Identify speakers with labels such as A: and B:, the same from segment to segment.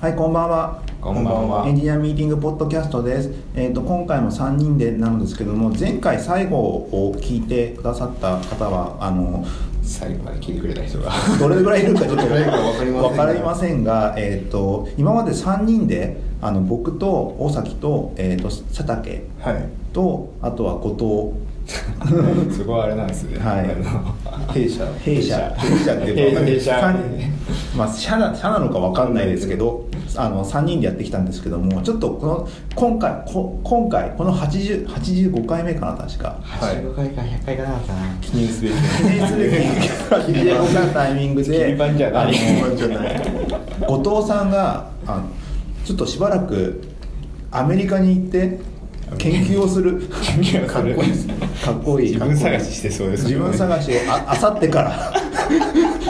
A: はい、こんばんは。
B: こんばんは
A: エンジニアミーティングポッドキャストです。えっ、と今回も3人でなんですけども、前回最後を聞いてくださった方はあの
B: 最後まで聞いてくれた人が
A: どれぐらいいる かちょっと
B: どれぐらいいるか分かりません
A: 分かりませんが、えっ、と今まで3人であの僕と大崎とえっ、と佐竹
B: はい
A: とあとは後藤
B: そこはあれなん ですね
A: はい、弊社弊社
B: 弊社
A: っていうか
B: 弊社
A: 三人まあ社な社なのかわかんないですけどあの3人でやってきたんですけどもちょっとこの今回こ今回この80 85回目かな確か
B: 85
C: 回か100回かなかな
B: 記念すべき
A: 記念すべき85回のタイミングで
B: 切り板じゃない
A: あの後藤さんがあのちょっとしばらくアメリカに行って研究をする
B: 究をする
A: かっこいいですねかっこいい
B: 自分探ししてそうです
A: 自分探しをああさってから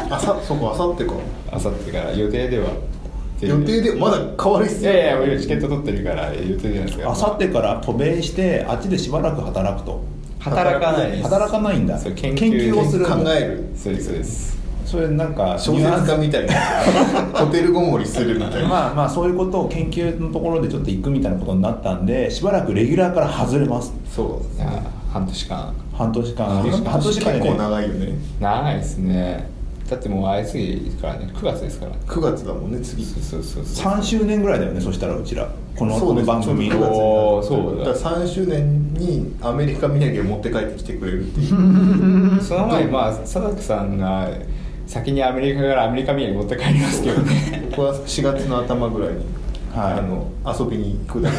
C: あさそこあさってか
B: あさってから予定では
C: 予定でまだ変わりっ
B: い
C: すよ
B: やいやもうチケット取ってるから予定じゃないですか
A: あさってから渡米してあっちでしばらく働くと
B: 働かないです
A: 働かないんだ
B: そう
A: 研
B: 研
A: 究
B: 究
A: をするんだ
C: 考える
B: そうですそうです
A: それなんか
C: 小説家みたいなホテルごもりするみたいな
A: まあまあそういうことを研究のところでちょっと行くみたいなことになったんでしばらくレギュラーから外れます
B: そうですね半年間
A: 半年間
B: 半年間
A: 半年間
C: 結
A: でね
C: 構長いよね
B: 長いですねだってもう会いすぎですからね9月ですから
C: 9月だもんね次
B: そうそうそうそう
A: 3周年ぐらいだよねそしたらうちらこの
C: そう
A: こ
C: で
A: の
C: す
A: 番組
C: ちょうど
A: の
B: おー
C: 九月に
B: そうだ
C: だから3周年にアメリカ土産を持って帰ってきてくれるっていう
B: その前にまあ佐々木さんが先にアメリカからアメリカ土産持って帰りますけど ね
C: 僕は4月の頭ぐらいに、
A: はい
C: あの遊びに行くだけ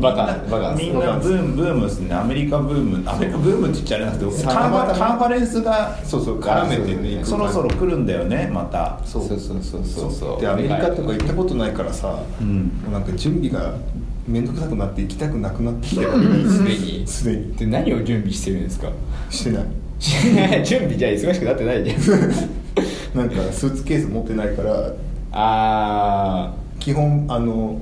B: バカバカ
A: みんなブームブームですねアメリカブームアメリカブームって言っちゃあれなんですけどカンファカンファレンスが
C: そうそう絡めてね行く
A: そろそろ来るんだよねまた
B: そうそうそうそうそうそう
C: でアメリカとか行ったことないからさ、
A: うん
C: もうなんか準備が面倒くさくなって行きたくなくなってきてる
B: すでに
C: すでに
B: で何を準備してるん ですか
C: してない
B: 準備じゃ忙しくなってないじゃん
C: なんかスーツケース持ってないから
B: あ
C: 基本あの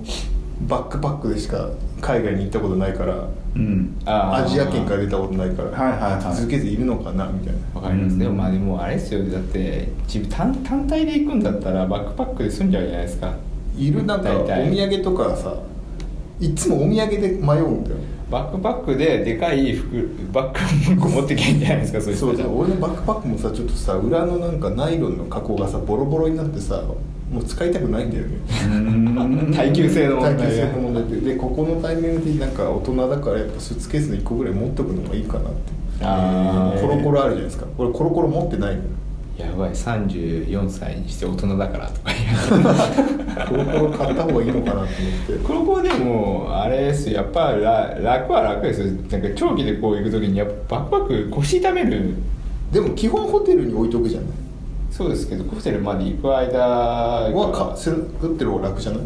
C: バックパックでしか海外に行ったことないから
A: うん
B: ーあー
C: アジア圏から出たことないから、
A: はいはいはい
C: スーツケースいるのかなみたいな
B: わかります、
A: うん
B: でもまあでもあれですよだって自分単単体で行くんだったらバックパックで済んじゃうじゃないですか
C: いるなんかお
B: 大体
C: 土産とかさいつもお土産で迷うんだよ
B: バックパックででかい服バックパック持ってけんじゃないですかそういう
C: そ
B: 人
C: う
B: じゃ
C: そ
B: ん
C: う俺のバックパックもさちょっとさ裏のなんかナイロンの加工がさボロボロになってさもう使いたくないんだよね
B: 耐久性の
C: 耐
B: 問
C: 久
B: 題
C: 性の問題ででここのタイミングでなんか大人だからやっぱスーツケースの1個ぐらい持っとくのがいいかなって
B: あー
C: コロコロあるじゃないですか俺コロコロ持ってないのよ
B: やばい34歳にして大人だからとか
C: コロコロ買った方がいいのかなと思っ
B: 言う高校でもあれですよやっぱら楽は楽ですよなんか長期でこう行く時にやっぱバックパック腰痛める
C: てでも基本ホテルに置いとくじゃない
B: そうですけどホテルまで行く間
C: は
B: は
C: かする打ってる方が楽じゃない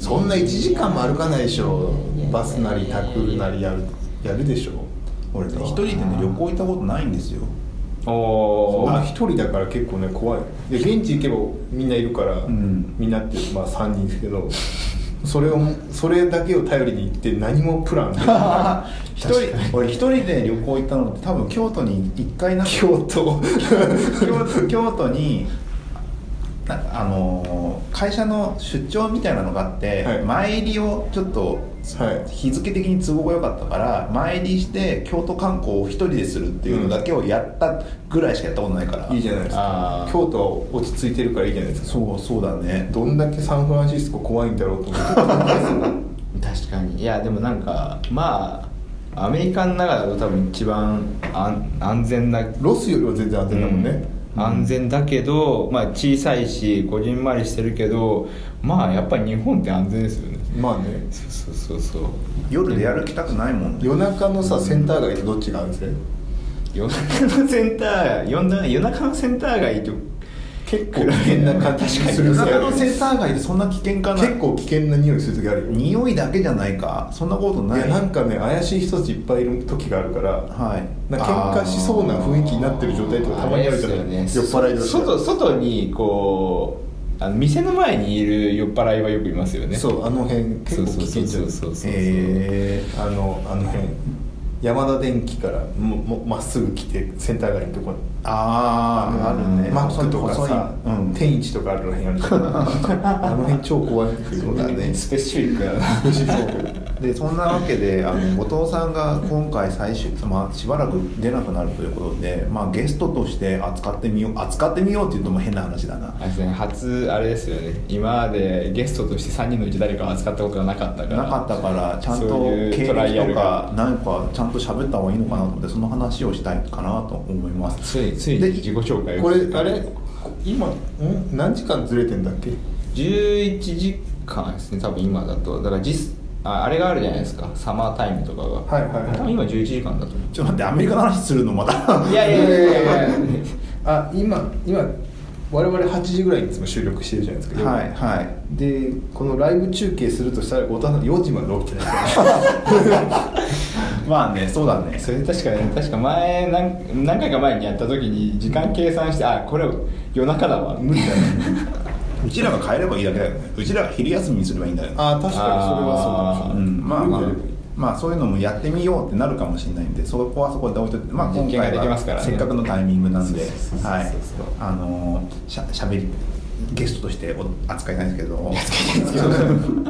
C: そんな1時間も歩かないでしょバスなりタクルなりやるやるでしょ
A: 俺ね一人でね旅行行ったことないんですよ
B: お
C: 俺
B: ー
C: 一人だから結構ね怖いで現地行けばみんないるから、
A: ん
C: みんなってまあ3人ですけどそれをそれだけを頼りに行って何も プラン
A: 一人俺一人で旅行行ったのって多分京都に一回なんか
C: 京都
A: 京都京都になあのー会社の出張みたいなのがあって、
C: はい
A: 前入りをちょっと
C: はい
A: 日付的に都合が良かったから前入りして京都観光を一人でするっていうのだけをやったぐらいしかやったことないから、
C: いいじゃないです
B: あ
C: か
B: ー
C: 京都は落ち着いてるからいいじゃないですか
A: そうそうだね
C: どんだけサンフランシスコ怖いんだろうと思って
B: 確かにいやでもなんかまあアメリカの中だと多分一番安安全な
C: ロスよりは全然安全だもんね、
B: うん安全だけど、まあ、小さいしこじんまりしてるけどまあやっぱり日本って安全ですよね
C: まあね
B: そうそうそうそう
A: 夜でやる気たくないもんね
C: 夜中のさセンター街ってどっちが安全
B: 夜中のセンター夜中夜中のセンター街と
C: 結構危険な感じする
A: 夜
C: 時ある
A: 中のセンター街でそんな危険かな
C: 結構危険な匂いする時あるよ
A: 匂いだけじゃないかそんなことないい
C: やなんかね怪しい人たちいっぱいいる時があるから
A: はい
C: なんか喧嘩しそうな雰囲気になってる状態とかたまにあるじゃない
B: あれです
C: 酔
B: よ
C: っ
B: ね
C: 払いだし
B: 外外にこうあの店の前にいる酔っ払いはよくいますよね
C: そうあの辺
B: そ
C: 結
B: う
C: 構
B: そうそ
C: 危険
B: う
C: じ
B: そ
C: ゃ
B: う
C: ない
B: そうそう
A: え
C: あのあの辺山田電機からももまっすぐ来てセンター街のとこに
A: あああるね
C: マックとか
A: 細い
C: さ、
A: うん、
C: 天一とかあるらへんあるじゃんあの辺超怖い
A: そうだね
B: スペシフィックだな
A: でそんなわけであの後藤さんが今回最終、まあ、しばらく出なくなるということで、まあ、ゲストとして扱ってみよう扱ってみようっていうとも変な話だな
B: あれですね初あれですよね今までゲストとして3人のうち誰かを扱ったことがなかったから
A: なかったからちゃんと
B: そういう
A: 経
B: トライア
A: 歴
B: ル
A: とか
B: が
A: 何かちゃんと喋った方がいいのかなと思ってその話をしたいかなと思います
B: ついつい
A: で
B: に自己紹介を
C: これあれ今ん何時間ずれてんだっけ
B: 11時間ですね多分今だとだから実ああれがあるじゃないですかサマータイムとかが
C: はいはいはい
B: 多分今11時間だと思
A: ちょっと待ってアメリカの話するのま た
B: ういやいやいやいやいや
C: あ今今我々8時ぐらいにいつも収録してるじゃないですか夜
A: はいはい
C: でこのライブ中継するとしたら太田さん4時まで起きてないから
A: まあねそうだね
B: それ確かね確か前何何回か前にやった時に時間計算してあこれ夜中だわ無理だね
A: うちらが帰ればいいだけだよねうちらが昼休みにすればいいんだよね
C: あー確かにそれはそう
B: あー
C: かもしれない
A: うんまあまあ
C: 夜やればいい
A: まあそういうのもやってみようってなるかもしれないんでそこはそこで置いといて、まあ、今
B: 実験が
A: 回
B: できますか
A: は
B: らね
A: せっかくのタイミングなんで
B: そうそうそうそう
A: はいあのーしゃしゃべりゲストとしてお扱いないんですけど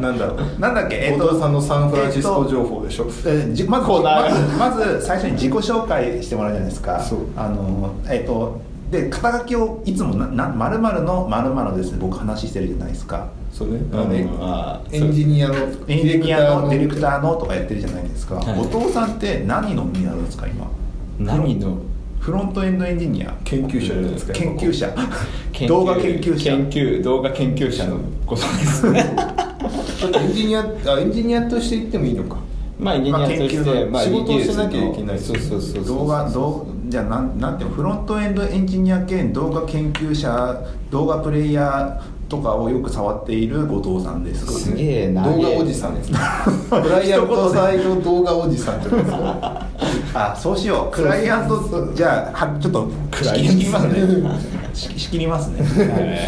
C: なんだろう
A: なんだっけえっ
C: 太田さんのサンフランシス
A: えっ
C: コ
A: と
C: 情報でしょ、
A: えーじまず
B: コーナー
A: まずまず最初に自己紹介してもらうじゃないですか
C: そう
A: あのえっ、とで肩書きをいつもなな〇〇の〇〇ですね僕話してるじゃないですか
C: そうね、
B: うん
C: あのね
B: あー
C: エンジニアの
A: エンジニアのディレク
C: ー
A: ターのとかやってるじゃないですか、
B: はい
A: お父さんって何の身なんですか今
B: 何の
A: フロントエンドエンジニア
C: 研究者じゃないですか
A: 研究者動画研究者
B: 研究動画研究者のことです ね
C: エンジニアあエンジニアとして言ってもいいのか
B: まあエンジニアとし
A: まあ研
B: て、
A: 究
B: ま
A: の
B: あ、
C: 仕事を
B: 技術の
C: しなきゃいけない
B: そうそうそうそう
A: 動画動じゃあなんなんていうのフロントエンドエンジニア兼動画研究者動画プレイヤーとかをよく触っている後藤さんです
B: すげえな
C: 動画おじさん ですねクライアントサイド動画おじさんってことです か
A: あそうしようクライアントじゃあはちょっと
B: クライ
A: 仕
B: アント
A: 切りますね仕切仕切りますね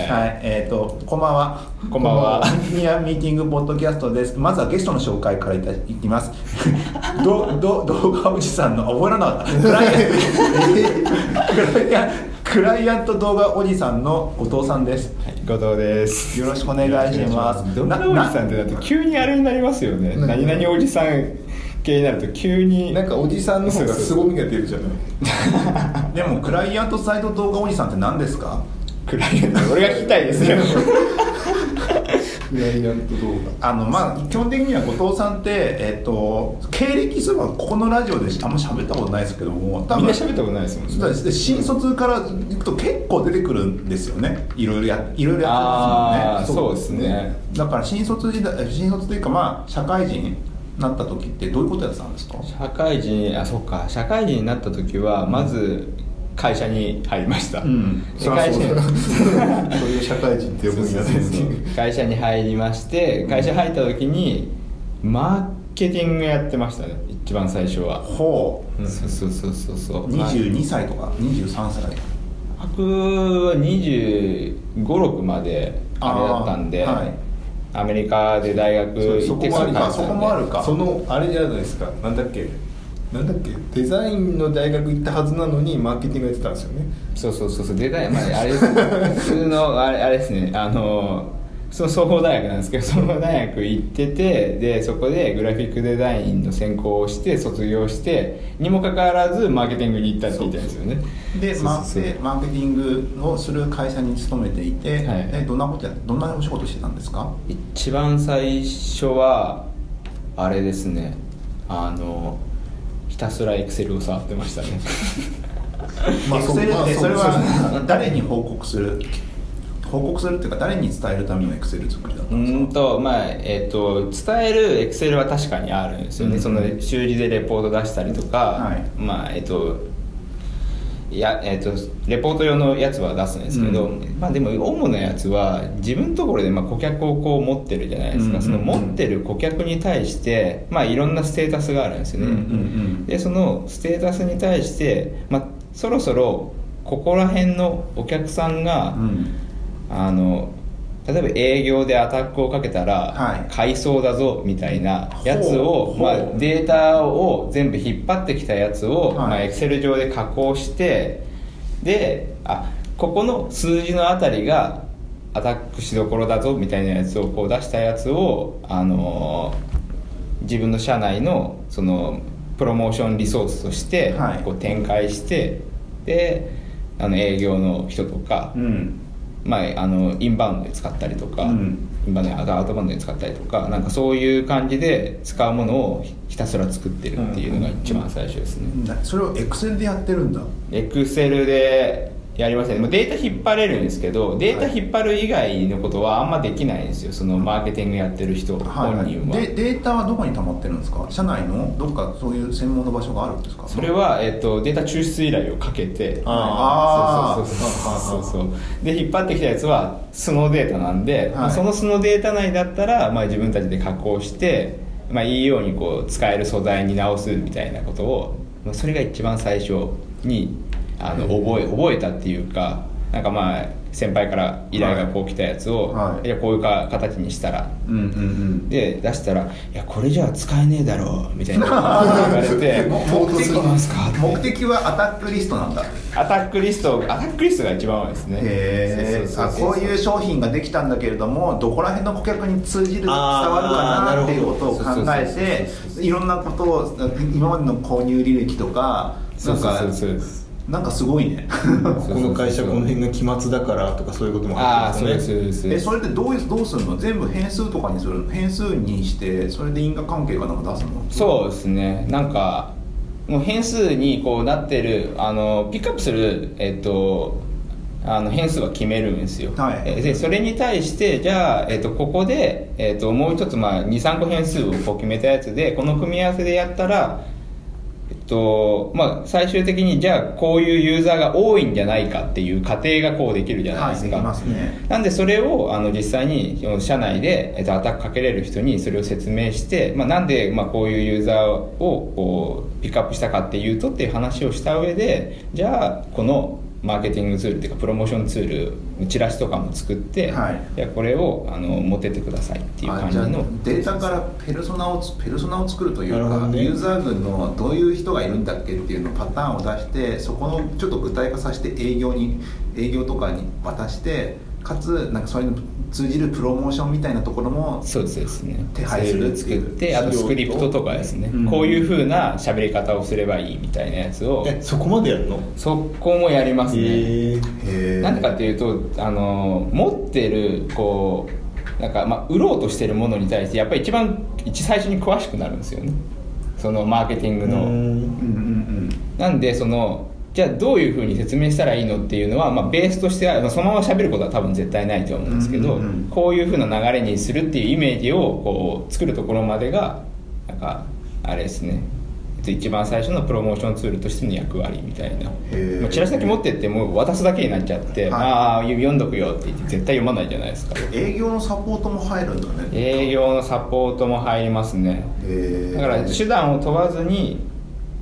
A: はい、えっ、とこんばんは
B: こんばんは
A: ニアミーティングポッドキャストですまずはゲストの紹介からいたいきますどど動画おじさんのあ覚えられなかったクライアントクライアンクライアント動画おじさんの後藤さんです
B: はい後藤です
A: よろしくお願いします
B: 動画おじさんってだって急にあれになりますよね
C: な
B: 何々おじさん系になると急に
C: なんかおじさんの方が凄みが出るじゃない
A: でもクライアントサイド動画おじさんって何ですか
B: クライアント俺が聞きたいですよ
C: クライアント動
A: あのまあ基本的には後藤さんって、えっと経歴すればここのラジオであんま喋ったことないですけども多
B: みんな
A: 分
B: 喋ったことないですもんね
A: そうですで新卒から行くと結構出てくるんですよねいろいろやいろいろや
B: あ
A: っ
B: あ
A: てますもんね
B: そうですね
A: だから新卒時代新卒というかまあ社会人になった時ってどういうことやってたんですか
B: 社会人あそっか社会人になった時はまず会社に入りました、
A: うん
B: で
C: そりゃ
B: 会
C: そ
B: 社
C: うだ
B: に
C: そういう社会人って呼ぶんやね
B: 会社に入りまして会社入った時にマーケティングやってましたね一番最初は、
A: ほう
B: そうそうそうそうそう
A: 22歳とか23歳
B: 僕は256まであれだったんで、
A: あーはい
B: アメリカで大学行ってから帰ったんで
A: そこもあるか
C: そのあれじゃないですかなんだっけなんだっけデザインの大学行ったはずなのにマーケティングやってたんですよね
B: そうそうそうそうでかい、まあ、あれ普通のあれあれで すねあのその 総合大学なんですけど総合大学行っててでそこでグラフィックデザインの専攻をして卒業してにもかかわらずマーケティングに行ったって言ったんですよね
A: で
B: そう
A: マ
B: そうそう
A: ーケマーケティングをする会社に勤めていて、
B: はい
A: えどんなことやどんなお仕事してたんですか
B: 一番最初はあれですねあのひたすらエクセルを触ってましたね
A: まあ、それ
C: まあ
A: え
C: う
A: それ
C: そう
A: は誰に報告する報告するっていうか誰に伝えるためのエクセル作りだった
B: うん
A: ですか
B: ーんとまあえっ、と伝えるエクセルは確かにあるんですよね、
A: うん
B: その修理でレポート出したりとか、
A: はい
B: まあえっ、といやえっとレポート用のやつは出すんですけど、
A: うん
B: まあ、でも主なやつは自分のところでまあ顧客をこう持ってるじゃないですか、
A: うん
B: その持ってる顧客に対して、まあ、いろんなステータスがあるんですよね、
A: うんうんうん
B: でそのステータスに対して、まあ、そろそろここら辺のお客さんが、
A: うん
B: あの例えば営業でアタックをかけたら、
A: はい
B: 買いそうだぞみたいなやつ
A: ほ
B: を
A: う、
B: まあ
A: ほ、う
B: データを全部引っ張ってきたやつを、
A: はい
B: まあ、エクセル上で加工してであここの数字のあたりがアタックしどころだぞみたいなやつをこう出したやつを、あのー自分の社内のそのプロモーションリソースとして
A: はい
B: こう展開して、であの営業の人とか、
A: うん
B: まあ、あのインバウンドで使ったりとか、
A: うん
B: インバウンドやアウトバウンドで使ったりとかなんかそういう感じで使うものをひたすら作ってるっていうのが一番最初ですね、
A: なそれをエクセルでやってるんだ
B: エクセルでやりましたねもうデータ引っ張れるんですけどデータ引っ張る以外のことはあんまできないんですよそのマーケティングやってる人
A: はいは
B: 本
A: い
B: 人は、
A: でデータはどこに溜まってるんですか社内のどっかそういう専門の場所があるんですか
B: それは、えっとデータ抽出依頼をかけて
A: あー
B: そうそうそうそうそうそうで引っ張ってきたやつは素のデータなんで、まあその素のデータ内だったら、まあ、自分たちで加工して、まあ、いいようにこう使える素材に直すみたいなことを、まあ、それが一番最初にあの覚え覚えたっていうかなんかまあ先輩から依頼がこう来たやつを、
A: はいはい
B: いやこういうか形にしたら
A: うんうんうん
B: で出したら「いやこれじゃあ使えねえだろ」みたいな言われて
A: も目的
B: そうなんすか
A: 目的はアタックリストなんだ
B: アタックリストアタックリストが一番多いですね
A: へえ
B: そう
A: あ
B: そうそう
A: こういう商品ができたんだけれどもどこら辺の顧客に通じる伝
C: あー
A: わるかなっていうことを考
B: なるほど
A: え
B: そうそうそうそう
A: ていろんなことを今までの購入履歴とか
B: そ
A: な
B: うんそう
A: か
B: そうそうです
A: なんかすごいね
B: そう
C: この会社この辺が期末だからとかそういうことも
B: ああ
C: っ
B: そ
C: た
B: うん
C: で
B: ですす
C: ね
B: そう
A: えそれ
B: です
A: ってどうどうするの全部変数とかにするの変数にしてそれで因果関係かなんか出すの
B: そうですねなんかもう変数にこうなってるあのピックアップする、えっと、あの変数は決めるんですよ、
A: はい
B: えでそれに対してじゃあ、えっと、ここで、えっと、もう一つ、まあ、23個変数をこう決めたやつでこの組み合わせでやったら、えっとまあ、最終的にじゃあこういうユーザーが多いんじゃないかっていう仮定がこうできるじゃない
A: は
B: で
A: い
B: す
A: で
B: か、
A: きますね
B: なんでそれをあの実際にその社内で、えっと、アタックかけれる人にそれを説明して、まあ、なんで、まあ、こういうユーザーをこうピックアップしたかっていうとっていう話をした上でじゃあこのマーケティングツールっていうかプロモーションツールチラシとかも作って、
A: はい
B: やこれをあの持ってってくださいっていう
A: あ
B: 感じ
A: じゃあ
B: の
A: データからペルソナをつペルソナを作るという
C: なるほ
A: か、
C: どね
A: ユーザー群のどういう人がいるんだっけっていうのをパターンを出してそこのちょっと具体化させて営業に営業とかに渡してかつなんかそれに通じるプロモーションみたいなところも
B: そうですそうですね
A: 手配する
B: ツール作ってあとスクリプトとかですね、
A: うん
B: こういうふうな喋り方をすればいいみたいなやつを
C: えそこまでやるの
B: そこもやりますね、
C: へえ
A: へ
B: なんでかっていうとあの持ってるこうなんか、まあ、売ろうとしてるものに対してやっぱり一番一最初に詳しくなるんですよねそのマーケティングの
A: うんうん
B: なんでそのじゃあどういうふうに説明したらいいのっていうのは、まあ、ベースとしては、まあ、そのまま喋ることは多分絶対ないと思うんですけど、
A: うんうんうん
B: こういうふうな流れにするっていうイメージをこう作るところまでがなんかあれですねえっと一番最初のプロモーションツールとしての役割みたいな
A: え
B: もうチラシだけ持ってってもう渡すだけになっちゃっ
A: は
B: て、
A: い
B: ああ読んどくよって言って絶対読まないじゃないですか
A: うん営業のサポートも入るんだね
B: 営業のサポートも入りますね
A: へえ
B: だから手段を問わずに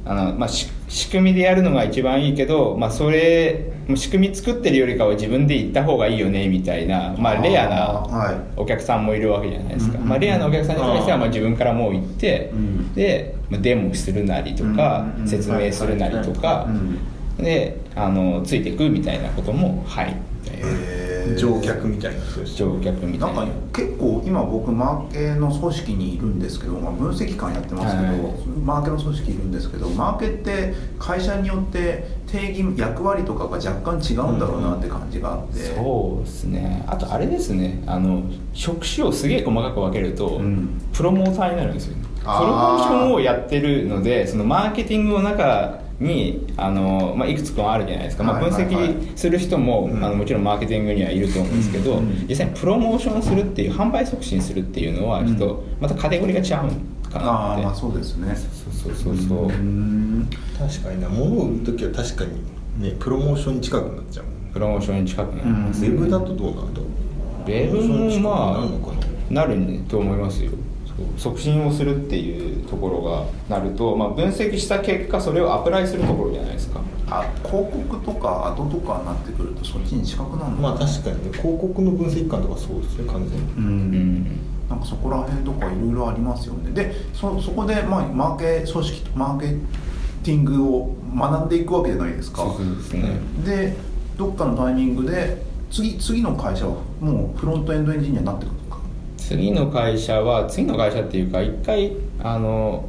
B: あの、まあ、し仕組みでやるのが一番いいけど、まあ、それもう仕組み作ってるよりかは自分で行った方がいいよねみたいな、まあ、レア
A: あー
B: な
A: はい
B: お客さんもいるわけじゃないですか、
A: うんうん
B: まあ、レアなお客さんに対してはまあ自分からもう行って、
A: うん
B: で、まあ、デモするなりとか、
A: うんうんうん
B: 説明するなりとか、
A: はいはいはい
B: であのついていくみたいなこともはいみたいな
A: へー
C: 乗客みたいな人でしょ
B: 乗客みた
A: なん
B: いな
A: か結構今僕マーケの組織にいるんですけど、まあ、分析官やってますけど、
B: はい
A: マーケの組織いるんですけどマーケって会社によって定義役割とかが若干違うんだろうなって感じがあって、
B: そうですねあとあれですねあの職種をすげえ細かく分けると、
A: うん
B: プロモーターになるんですよねプロモ
A: あー
B: ーションをやってるのでそのマーケティングの中にあの、まあ、いくつかあるじゃないですか、まあ、
A: はい
B: 分
A: はいはい
B: 析する人も、
C: うん
B: あのもちろんマーケティングにはいると思うんですけ
A: う
B: ど、
A: んうん
B: 実際にプロモーションするっていう販売促進するっていうのはちょっとまたカテゴリーが違うかな
A: あ
B: っ
A: あ
B: て、
A: まあそうですね
B: そうそうそうそう、
A: ん
C: 確かにな物を売る時は確かにねプロモーションに近くなっちゃうもん
B: プロモーションに近くなり
A: う
B: ま
A: ん
B: す、
C: ウェブだとどうなんだろう
B: 米軍もま
C: プロモーションに近くなるのかな
B: あなると思いますよそう促進をするっていうところがなると、まあ、分析した結果それをアプライするところじゃないですか
A: あ広告とかアドとかになってくるとそっちに近くなるの
C: まあ確かにね広告の分析官とかそうですね完全に
A: う
B: うんん
A: なんかそこら辺とかいろいろありますよねでそそこで、まあ、マーケ組織マーケティングを学んでいくわけじゃないですか
B: そうですね
A: でどっかのタイミングで次次の会社はもうフロントエンドエンジニアになってくるのか
B: 次の会社は次の会社っていうか一回あの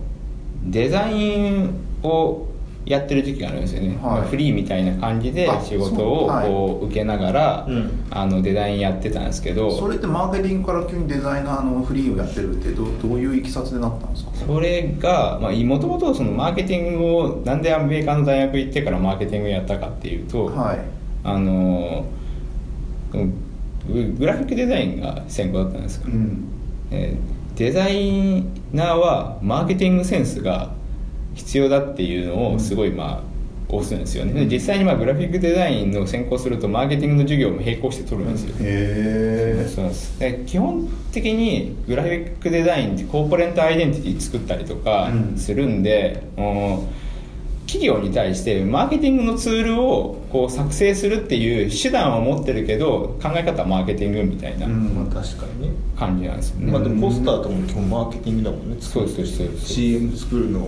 B: デザインをやってる時期があるんですよね、
A: はい
B: フリーみたいな感じで
A: あ
B: 仕事を
A: そうはい
B: こう受けながら、
C: うん
B: あのデザインやってたんですけど
A: それってマーケティングから急にデザイナーのフリーをやってるってどうどういういきさつでなったんですか
B: それがもともとマーケティングをなんでアメリカの大学行ってからマーケティングやったかっていうと、
A: はい
B: あのググラフィックデザインが専攻だったんですよ、
A: うん
B: えーデザイナーはマーケティングセンスが必要だっていうのをすごいまあ推すんですよねで実際にまあグラフィックデザインの専攻するとマーケティングの授業も並行して取るんですよ、
A: へ
B: そうなんですで基本的にグラフィックデザインってコーポレントアイデンティティ作ったりとか
A: うん
B: するんで、もう企業に対してマーケティングのツールをこう作成するっていう手段は持ってるけど考え方はマーケティングみたいな
A: うん
C: まあ確かにね
B: 感じなんですよね、
C: まあでもポスターとかも基本マーケティングだもんね
B: そうですそうです
C: CM 作るの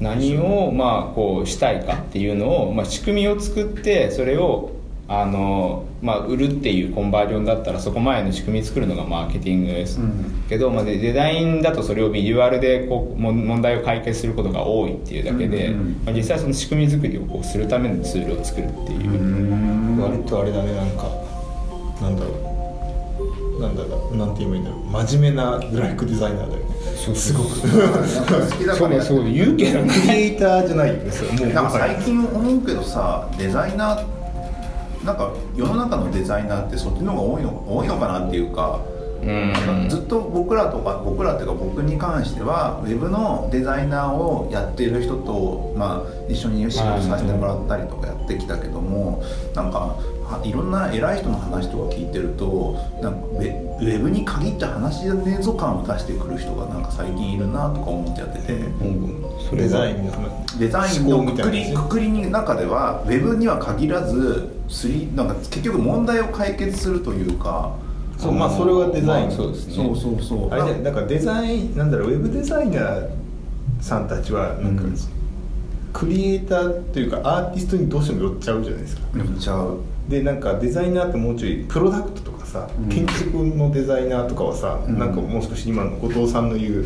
B: 何をまあこうしたいかっていうのを、まあ、仕組みを作ってそれをあの、まあ、売るっていうコンバージョンだったらそこ前の仕組み作るのがマーケティングです、
A: うん
B: けど、まあ、デデザインだとそれをビジュアルでこうも問題を解決することが多いっていうだけ
A: う
B: で、
A: んうんうん
B: まあ、実際その仕組み作りをこうするためのツールを作るっていう、
A: うん
C: 割とあれだねなんかなんだろうなんだろうなんて言えばいいんだろう真面目なグラフィックデザイナーだよねすごく
A: 好きだ
B: そ
A: か
B: う
A: らや
B: ね
A: って
B: そ
A: る
B: う言うけどね
C: クリエイターじゃないよねそれもう
A: なんか最近思うけどさデザイナーなんか世の中のデザイナーってそっちの方が多いの多いのかなっていうか、
B: うん
A: ずっと僕らとか僕らっていうか僕に関してはウェブのデザイナーをやっている人と、まあ、一緒に仕事させてもらったりとかやってきたけども、なんかはいろんな偉い人の話とか聞いてるとなんかウェウェブに限った話じゃねえぞ感を出してくる人がなんか最近いるなとか思ってやってて。
B: うんそれ
C: デ
B: は
C: ザインの話
A: デザインの
C: 思考み
A: く
C: た
A: く
C: い
A: り
C: な
A: くくりの中ではウェブには限らずスリーなんか結局問題を解決するというか
C: そうまあそれはデザイン
B: まあそうですね
A: そうそうそう
C: あれだよだからデザインなんだろうウェブデザイナーさんたちはなんか、
B: うん
C: クリエイターというかアーティストにどうしても寄っちゃうじゃないですか
A: めっちゃう
C: でなんかデザイナーってもうちょいプロダクトとかさ、
A: うん
C: 建築のデザイナーとかはさ、
A: うん
C: なんかもう少し今の後藤さんの言う、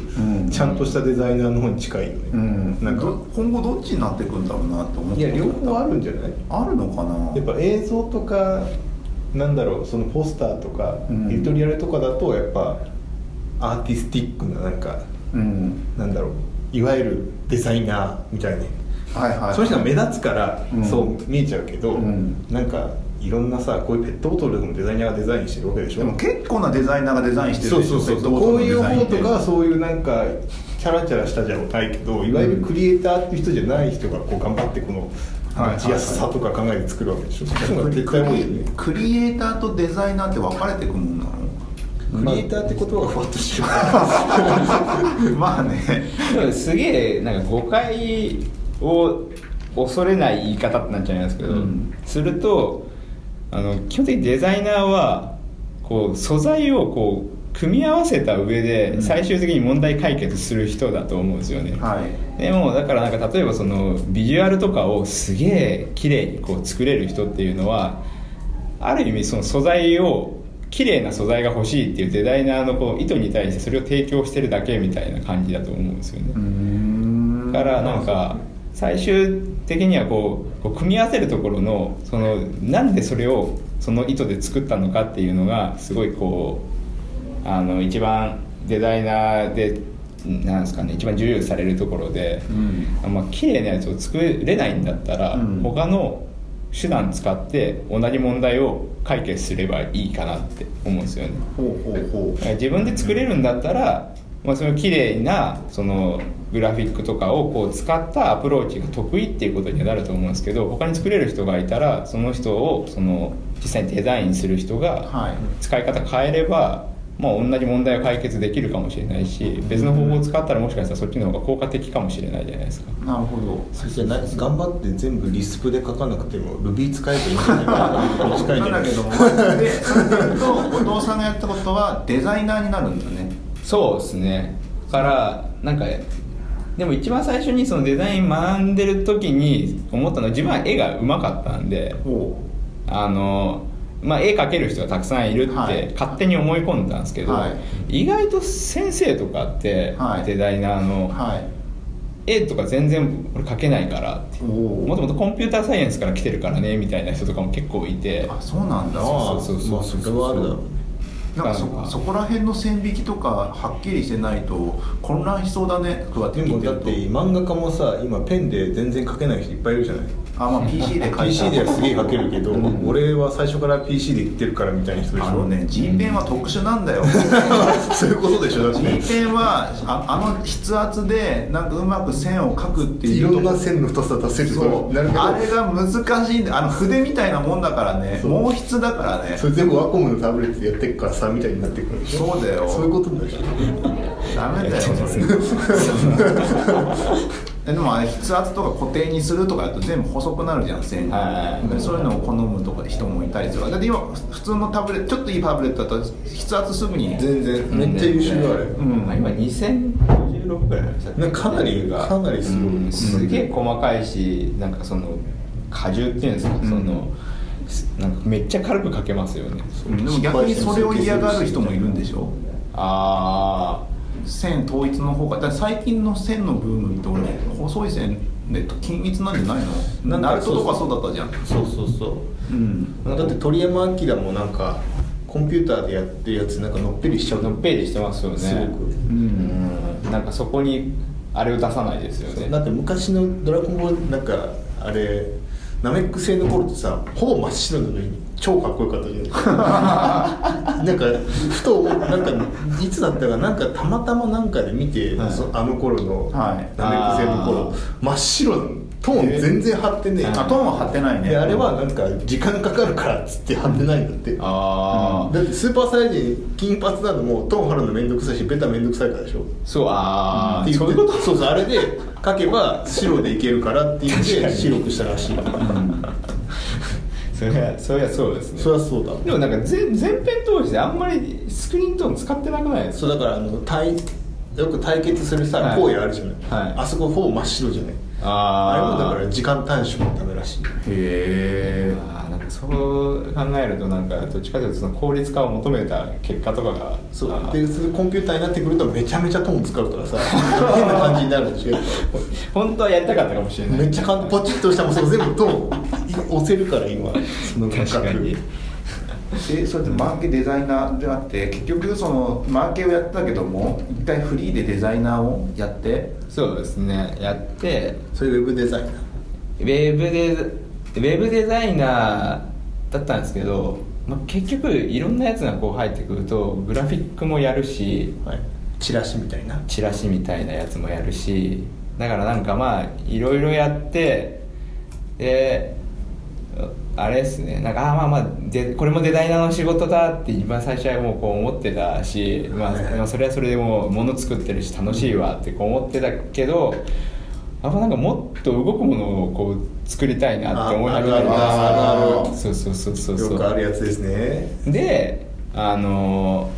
A: ん
C: ちゃんとしたデザイナーの方に近いよね、
A: うん
C: な
A: なんん
C: か
A: か今後どっちになっていくんだろうなって思っ
C: い
A: て
C: や両方あるんじゃない
A: あるのかな
C: やっぱ映像とかなんだろうそのポスターとか、
A: うん
C: エディトリアルとかだとやっぱアーティスティックななんか
A: うん
C: なんだろういわゆるデザイナーみたいな、
A: はいはい
C: そういう人が目立つから、
A: うん
C: そう見えちゃうけど、
A: うん
C: なんかいろんなさこういうペットボトルでもデザイナーがデザインしてるわけでしょ
A: でも結構なデザイナーがデザインしてる
C: そう
A: でし
C: そ
A: ょ
C: うそう
A: ペッ
C: そ
A: ト
C: う
A: ボ
C: こ
A: ト
C: う
A: ル
C: い
A: の
C: う
A: デザイン
C: 方
A: って
C: とかそういうなんかチャラチャラしたじゃないけどいわゆるクリエイターっていう人じゃない人がこう頑張ってこの
A: はい
C: 持ちやすさとか考えて作るわけでしょ、そういうのが絶
A: ク
C: 対多いよ
A: リ
C: ね
A: クリエイターとデザイナーって分かれていくもんなの
C: クリエイターって言葉がふわっとしてる
A: まあね
B: でもすげえなんか誤解を恐れない言い方ってなっちゃいますけど、
A: うん
B: するとあの基本的にデザイナーはこう素材をこう組み合わせた上
A: う
B: で
A: ん
B: 最終的に問題解決する人だと思うんですよね、
A: はい
B: でもだからなんか例えばそのビジュアルとかをすげえ綺麗にこう作れる人っていうのはある意味その素材を綺麗な素材が欲しいっていうデザイナーのこう意図に対してそれを提供してるだけみたいな感じだと思うんですよね、
A: ん
B: だからなんか最終的にはこうこう組み合わせるところのそのなんでそれをその意図で作ったのかっていうのがすごいこうあの一番デザイナーでなんですかね一番重要視されるところで、まあ綺麗なやつを作れないんだったら、
A: うん
B: 他の手段使って同じ問題を解決すればいいかなって思うんですよね。
A: ほうほうほ
B: 自分で作れるんだったら、まあ、その綺麗なそのグラフィックとかをこう使ったアプローチが得意っていうことにはなると思うんですけど他に作れる人がいたらその人をその実際にデザインする人
A: う
B: が
A: はい
B: 使い方変えればまあ、同じ問題を解決できるかもしれないし別の方法を使ったらもしかしたらそっちの方が効果的かもしれないじゃないですか
A: なるほど
C: そしてな頑張って全部リスプで書かなくても Ruby 使えばいいんじゃないかな近いん
A: な
C: じ
A: ん
C: ゃな
A: だ
C: い
A: け
C: です
A: どもでそれ
C: か
A: で言うと後藤さんがやったことはデザイナーになるんだよね
B: そうですねだからなんかでも一番最初にそのデザイン学んでる時に思ったのは自分は絵がうまかったんで
A: お
B: あの、まあ、絵描ける人がたくさんいるっ
A: は
B: て
A: い
B: 勝手に思い込んだんですけど、
A: は
B: 意外と先生とかって、
A: はい
B: デザイナーの、
A: はい
B: 絵とか全然俺描けないからって
A: お
B: も
A: お
B: ともとコンピューターサイエンスから来てるからねみたいな人とかも結構いて
A: あそうなんだ
C: ああ
B: そうそうそう
C: まあそれはあるだろう
A: なんかそ
B: なんか
A: そこら辺の線引きとかはっきりしてないと混乱しそうだねとかって
C: で
A: 聞
C: も
A: いて
C: だ
A: る
C: っ
A: と
C: て漫画家もさ今ペンで全然書けない人いっぱいいるじゃない
A: あ、まあ、PC で書いた
C: PC ではすげえ書けるけど、
B: うん
C: 俺は最初から PC で言ってるからみたいな人でしょ
A: あのね G ペンは特殊なんだ よ
C: そういうことでしょだ
A: G
C: って
A: ペンはああの筆圧でなんかうまく線を描くって
C: い
A: いう
C: ろ
A: と
C: んな線の太さ出せる
A: そう
C: なるけど
A: あれが難しいんだあの筆みたいなもんだからね
C: そう
A: 毛筆だからね
C: それ全部ワコムのタブレットでやってっからさみたいになってくるでしょ
A: そうだよ
C: そういうことだよ
A: ダメだよ
B: そう
A: それ えでもあれ筆圧とか固定にするとかだと全部細くなるじゃん線
B: はい
A: がでそういうのを好むとか人もいたりするだって今普通のタブレットちょっといいタブレットだと筆圧すぐに
C: 全然めっちゃ優秀だあれ
A: うん
B: まあ今2056ぐらいなんですよ
C: なんかかなりかなりすごい、
B: うんすげえ細かいしなんかその荷重っていうんですか、そのすなんかめっちゃ軽く描けますよね
A: うんでも逆にそれを嫌がる人もいるんでしょ
B: あ
A: 線統一の方がだから最近の線のブームって俺細い線で均一なんじゃないの
C: なんか
A: ナルトとかそうだったじゃん
C: そうそうそ
A: うん
C: うだって鳥山明もなんかコンピューターでやってるやつなんかのっぺりしちゃ
B: あ
C: う
B: のっぺりしてますよね
C: すご
A: う
C: く
A: ん
B: うんなんかそこにあれを出さないですよ
C: だ
B: ね
C: って昔の「ドラゴンボール」なんかあれナメック星の頃ってさほぼ真っ白なのに超かっこよかったじ ゃんなんかふとなんかいつだったかなんかたまたまなんかで見て、
A: はい
C: そあの頃の、
A: はい
C: ナメック星の頃
B: あ
C: 真っ白なのトーン全然張ってねえ、
A: あトーンは貼ってないね
C: であれはなんか時間かかるからっつって貼ってないんだって、
B: ああ、
C: だってスーパーサイヤ人金髪なのもトーン貼るの面倒くさいしベタ面倒くさいからでしょ
B: そうあ
C: っ
B: あ、
C: て言って
B: そういうこと
C: そうそうあれで書けば白でいけるからって言って白くしたらしい
B: そりゃそりゃそうですね
C: そりゃそうだ
B: でもなんか全全編通してあんまりスクリーントーン使ってなくないです
C: そ
B: か
C: うだからあの対よく対決する
B: は
C: さ
B: い
C: 荒野あるじゃない、
B: はい
C: あそこほぼ真っ白じゃないあれ
B: あ
C: もだ
B: ー
C: から時間短縮のためらしい
A: へ
B: あーなんかそう考えるとなんかどっちかというとその効率化を求めた結果とかが
C: そう
B: あー
C: でそれコンピューターになってくるとめちゃめちゃトーン使うからさ変な感じになるで しょやっ
B: 本当はやりたかったかもしれ
C: ぱ
B: ない
C: めっちゃかんポチッとしたもんその全部トーン押せるから今その
B: 確かに
A: でそれってマーケデザイナーであって結局そのマーケをやってたけども一回フリーでデザイナーをやって
B: そうですねやって
C: それウェブデザイナー
B: ウェブデザウェブデザイナーだったんですけど、まあ、結局いろんなやつがこう入ってくるとグラフィックもやるし
C: はいチラシみたいな
B: チラシみたいなやつもやるしだからなんかまあいろいろやってであれですねなんかあーまあまあでこれもデザイナーの仕事だって一番最初はもうこう思ってたし、まあ、まあそれはそれでもう物作ってるし楽しいわってこう思ってたけどあんまなんかもっと動くものをこう作りたいなって思い始め
C: ああるあるあるある
B: そうそうそうそうそう
C: よくあるやつですね
B: であの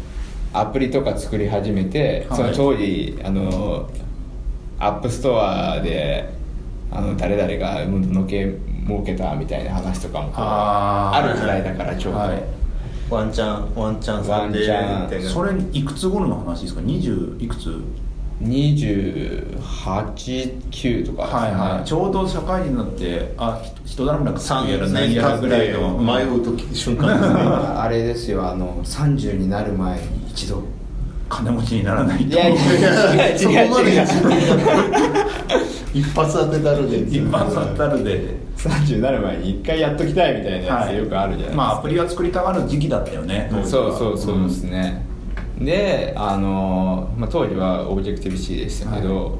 B: アプリとか作り始めて、
A: はい
B: その当時あのアップストアであの誰々がうんのけ儲けたみたいな話とかもこう
A: あー
B: ある時代だからちょうど、
A: はい
C: ワンチャンワンチャンサンデーみたいな
A: それいくつ頃の話ですか20いくつ
B: 289とかですね、
A: ちょうど社会人になってあひ人だらけ
C: 3
A: や
C: や
A: ら
C: ら
A: な
C: ないい
A: やらぐ
C: ぐ
A: ら
C: ら
A: い
C: い
A: の
C: の迷う時瞬間ですね
B: あれですよあの30になる前に一度
A: 金持ちにならない
B: い
A: と
B: やいや違う
C: そこ
B: 違う
C: まで
B: 違う
C: 一発当てたるで
A: 一般当たるで
B: 30になる前に一回やっときたいみたいなやつよくあるじゃないですか、
A: まあアプリは作りたがる時期だったよね
B: そうそうそうですね、であの、まあ、当時はオブジェクティブ C でしたけど、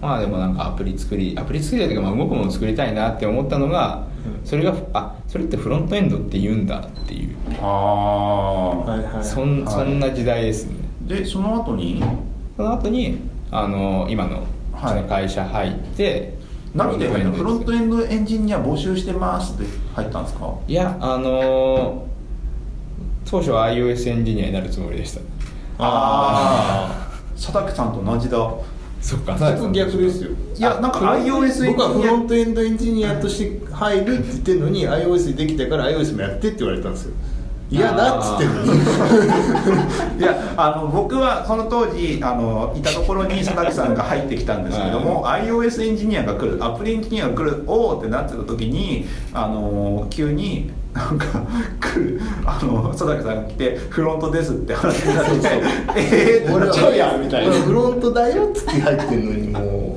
B: まあでもなんかアプリ作りアプリ作りというかまあ動くものを作りたいなって思ったのが、それがあそれってフロントエンドって言うんだっていう、
A: ああ、
C: はいはい
B: そん
A: はい
B: そんな時代ですね
A: でその後に
B: その後にあの今のう
A: はい
B: ちの会社入って、
A: 何で入ったの
B: フ
A: フ
B: ロ
A: ロ
B: ン
A: ン
B: ト
A: ト
B: エ
A: エンドエンジニア募集してますって入ったんですか
B: いやあの当初は iOS エンジニアになるつもりでした
A: ああ佐竹さんと同じだ
B: そっか
C: 全く逆ですよ
A: いやなんか iOS エンジニア
C: 僕はフロントエンドエンジニアとして入るって言ってるのに iOS できたから iOS もやってって言われたんですよ嫌だっつってんのに
A: いやあの僕はその当時あのいたところに佐竹さんが入ってきたんですけども iOS エンジニアが来るアプリエンジニアが来るおおってなってた時にあの急になんか来るあの佐竹さんが来て「フロントです」って話になって「ええー」ってなっちゃうやんみたいな
C: 俺はフロントだよっつって入ってんのにも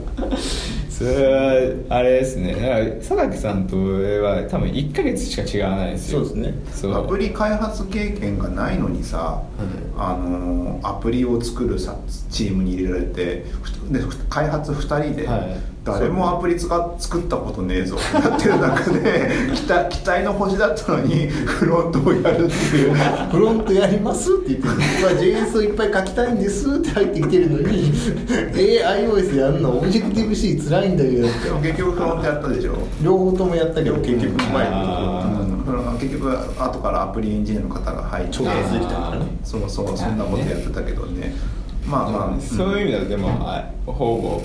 B: それはあれですねだから佐竹さんと俺は多分1か月しか違わないですよ
C: そうですね
B: そう
A: アプリ開発経験がないのにさ、あのアプリを作るさチームに入れられてふでふ開発2人で、
B: はい
A: 誰もアプリつか作ったことねえぞってやってる中で期待期待の星だったのにフロントをやるっていう
C: うフロントやりますって言ってる僕は JS をいっぱい書きたいんですって入ってきてるのにえー iOS やるのオブジェクティブ C 辛いんだけどって
A: でも結局フロントやったでしょ
C: 両方ともやったけど結局前のとこ
B: あ
C: ろ
B: ー
A: うん結局後からアプリエンジニアの方が入って
C: 調達できたからね
A: そうそうそんなことやってたけどねまあまあ、
B: そういう意味ではでもあほぼ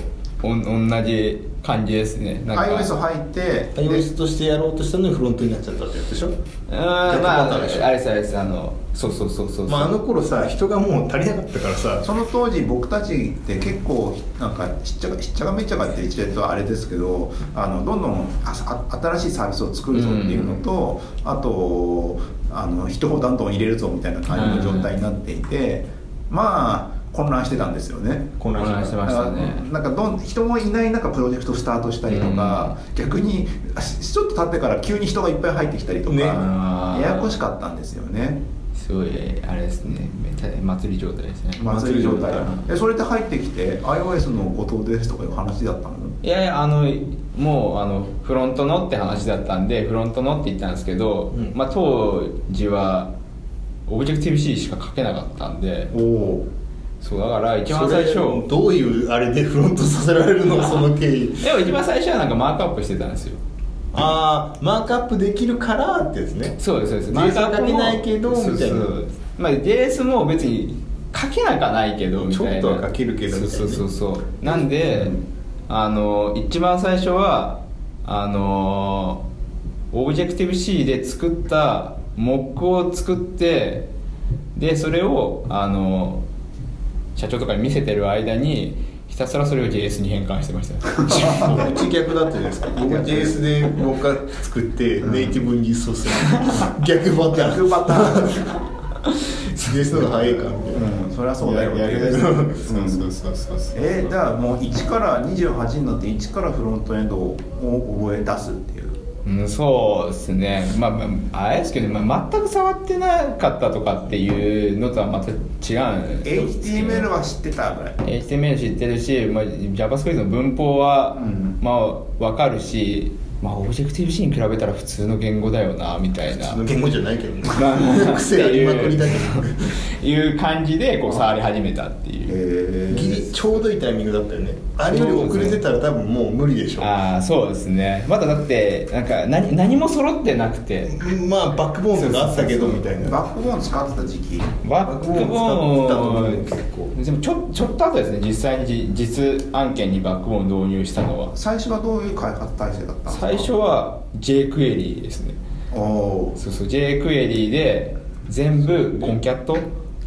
B: おん同じ感じですねなんか
A: iOS 入ってで
C: iOS としてやろうとしたのにフロントになっちゃったってやつでしょ
B: うーんまあ
C: 逆パターンでしょ
B: あれですあれですあのそうそうそうそうそう、
C: まああの頃さ人がもう足りなかったからさ
A: その当時僕たちって結構なんかちっちゃかちっちゃかめっちゃかって言っちゃうとあれですけどあのどんどんあさあ新しいサービスを作るぞっていうのと、あとあの人をどんどん入れるぞみたいな感じの状態になっていて、まあ混乱してたんですよね。
C: こんな
B: 混乱してましたね
A: なんかどん人もいない中プロジェクトスタートしたりとか、逆にあしちょっと経ってから急に人がいっぱい入ってきたりとか、
C: ね
A: ややこしかったんですよね。
B: すごいあれですねめっちゃ祭り状態ですね、
A: 祭り状態
C: 祭り状
A: えそれって入ってきて iOS の後藤ですとかいう話だったの
B: いやいやあのもうあのフロントのって話だったんでフロントのって言ったんですけど、
C: うん
B: まあ、当時はオブジェクティブ C しか書けなかったんで
A: おお
B: そうだから一番最初
C: それどういうあれでフロントさせられるのその経緯
B: でも一番最初はなんかマークアップしてたんですよ
C: ああマークアップできるからってですね
B: そうですそうです
C: JS
B: マークアップも
C: 書けないけど
B: そう
C: みたいな
B: そうまあ JS も別に書けなかないけどみたいな
C: ちょっとは書けるけどみたいなね
B: そうそうそうそうなんで、あの一番最初はあのオブジェクティブ C で作ったモックを作ってでそれをあの社長とかに見せてる間にひたすらそれを JS に変換してました
C: うち逆だったじゃないですか僕 JS で僕が作ってネイティブにそうする逆パター
A: 逆
C: ン
A: パターン
C: JS の方が早いかみたいな
A: うんそりゃそうだよ
C: ややるそう
A: う
C: そ
A: ん
C: うそうそうそう
A: えーじゃあもう1から28になって1からフロントエンドを覚え出すっていう
B: うん、そうですね、まあ、まああれですけど、まあ、全く触ってなかったとかっていうのとはまた違うんですけど
A: HTML は知ってたぐらい
B: HTML 知ってるし、まあ、JavaScript の文法は、
A: うん
B: まあ、分かるし、まあ、オブジェクティブ C に比べたら普通の言語だよなみたいな
C: その言語じゃないけどね
B: まあ
C: 癖ありまくりだけ
B: いう感じでこう触り始めたっていう
A: え
C: どギリちょうどいいタイミングだったよねあれより遅れてたら多分もう無理でしょ
B: ああそうですねまだだってなんか何何も揃ってなくて
C: まあバックボーンがあったけどみたいな
A: バックボーン使ってた時期
B: バックボーン
C: 使ってたと思う
B: でもちょちょっと後ですね実際にじ実案件にバックボーン導入したのは
A: 最初はどういう開発体制だったんですか
B: 最初は J クエリーですね
A: おお
B: そうそう J クエリーで全部コンキャット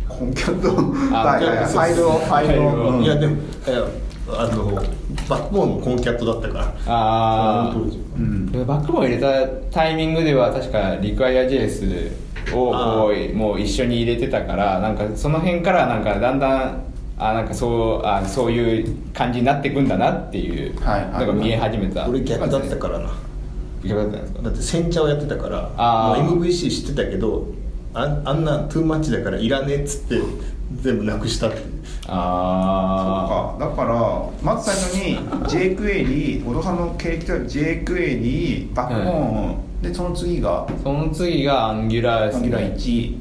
A: コンキャット
B: あ
A: はいはいはいファイルをファイル
B: ファイルを
A: を
C: いや
A: うん
C: でもいやあのバックボーンのコンキャットだったから
B: あ
C: その当時
A: う
B: あ
A: ん
B: バックボーン入れたタイミングでは確かリクワイア JS をこ
C: あ
B: うもう一緒に入れてたからなんかその辺からなんかだんだんあなんかそうあそういう感じになっていくんだなっていう
A: はいはい
B: なんか見え始めた
C: 俺逆だったからな
B: 逆だったんですか
C: だって煎茶をやってたから
B: あー
C: もう MVC 知ってたけどああんなトゥーマッチだからいらねえっつって全部なくしたって
B: あ
A: そうかだからまず最初に J クエリー小戸さんの経歴と J クエリーバックボーン、でその次が
B: その次がアンギュラーです
A: アン
B: ね
A: ギュラー1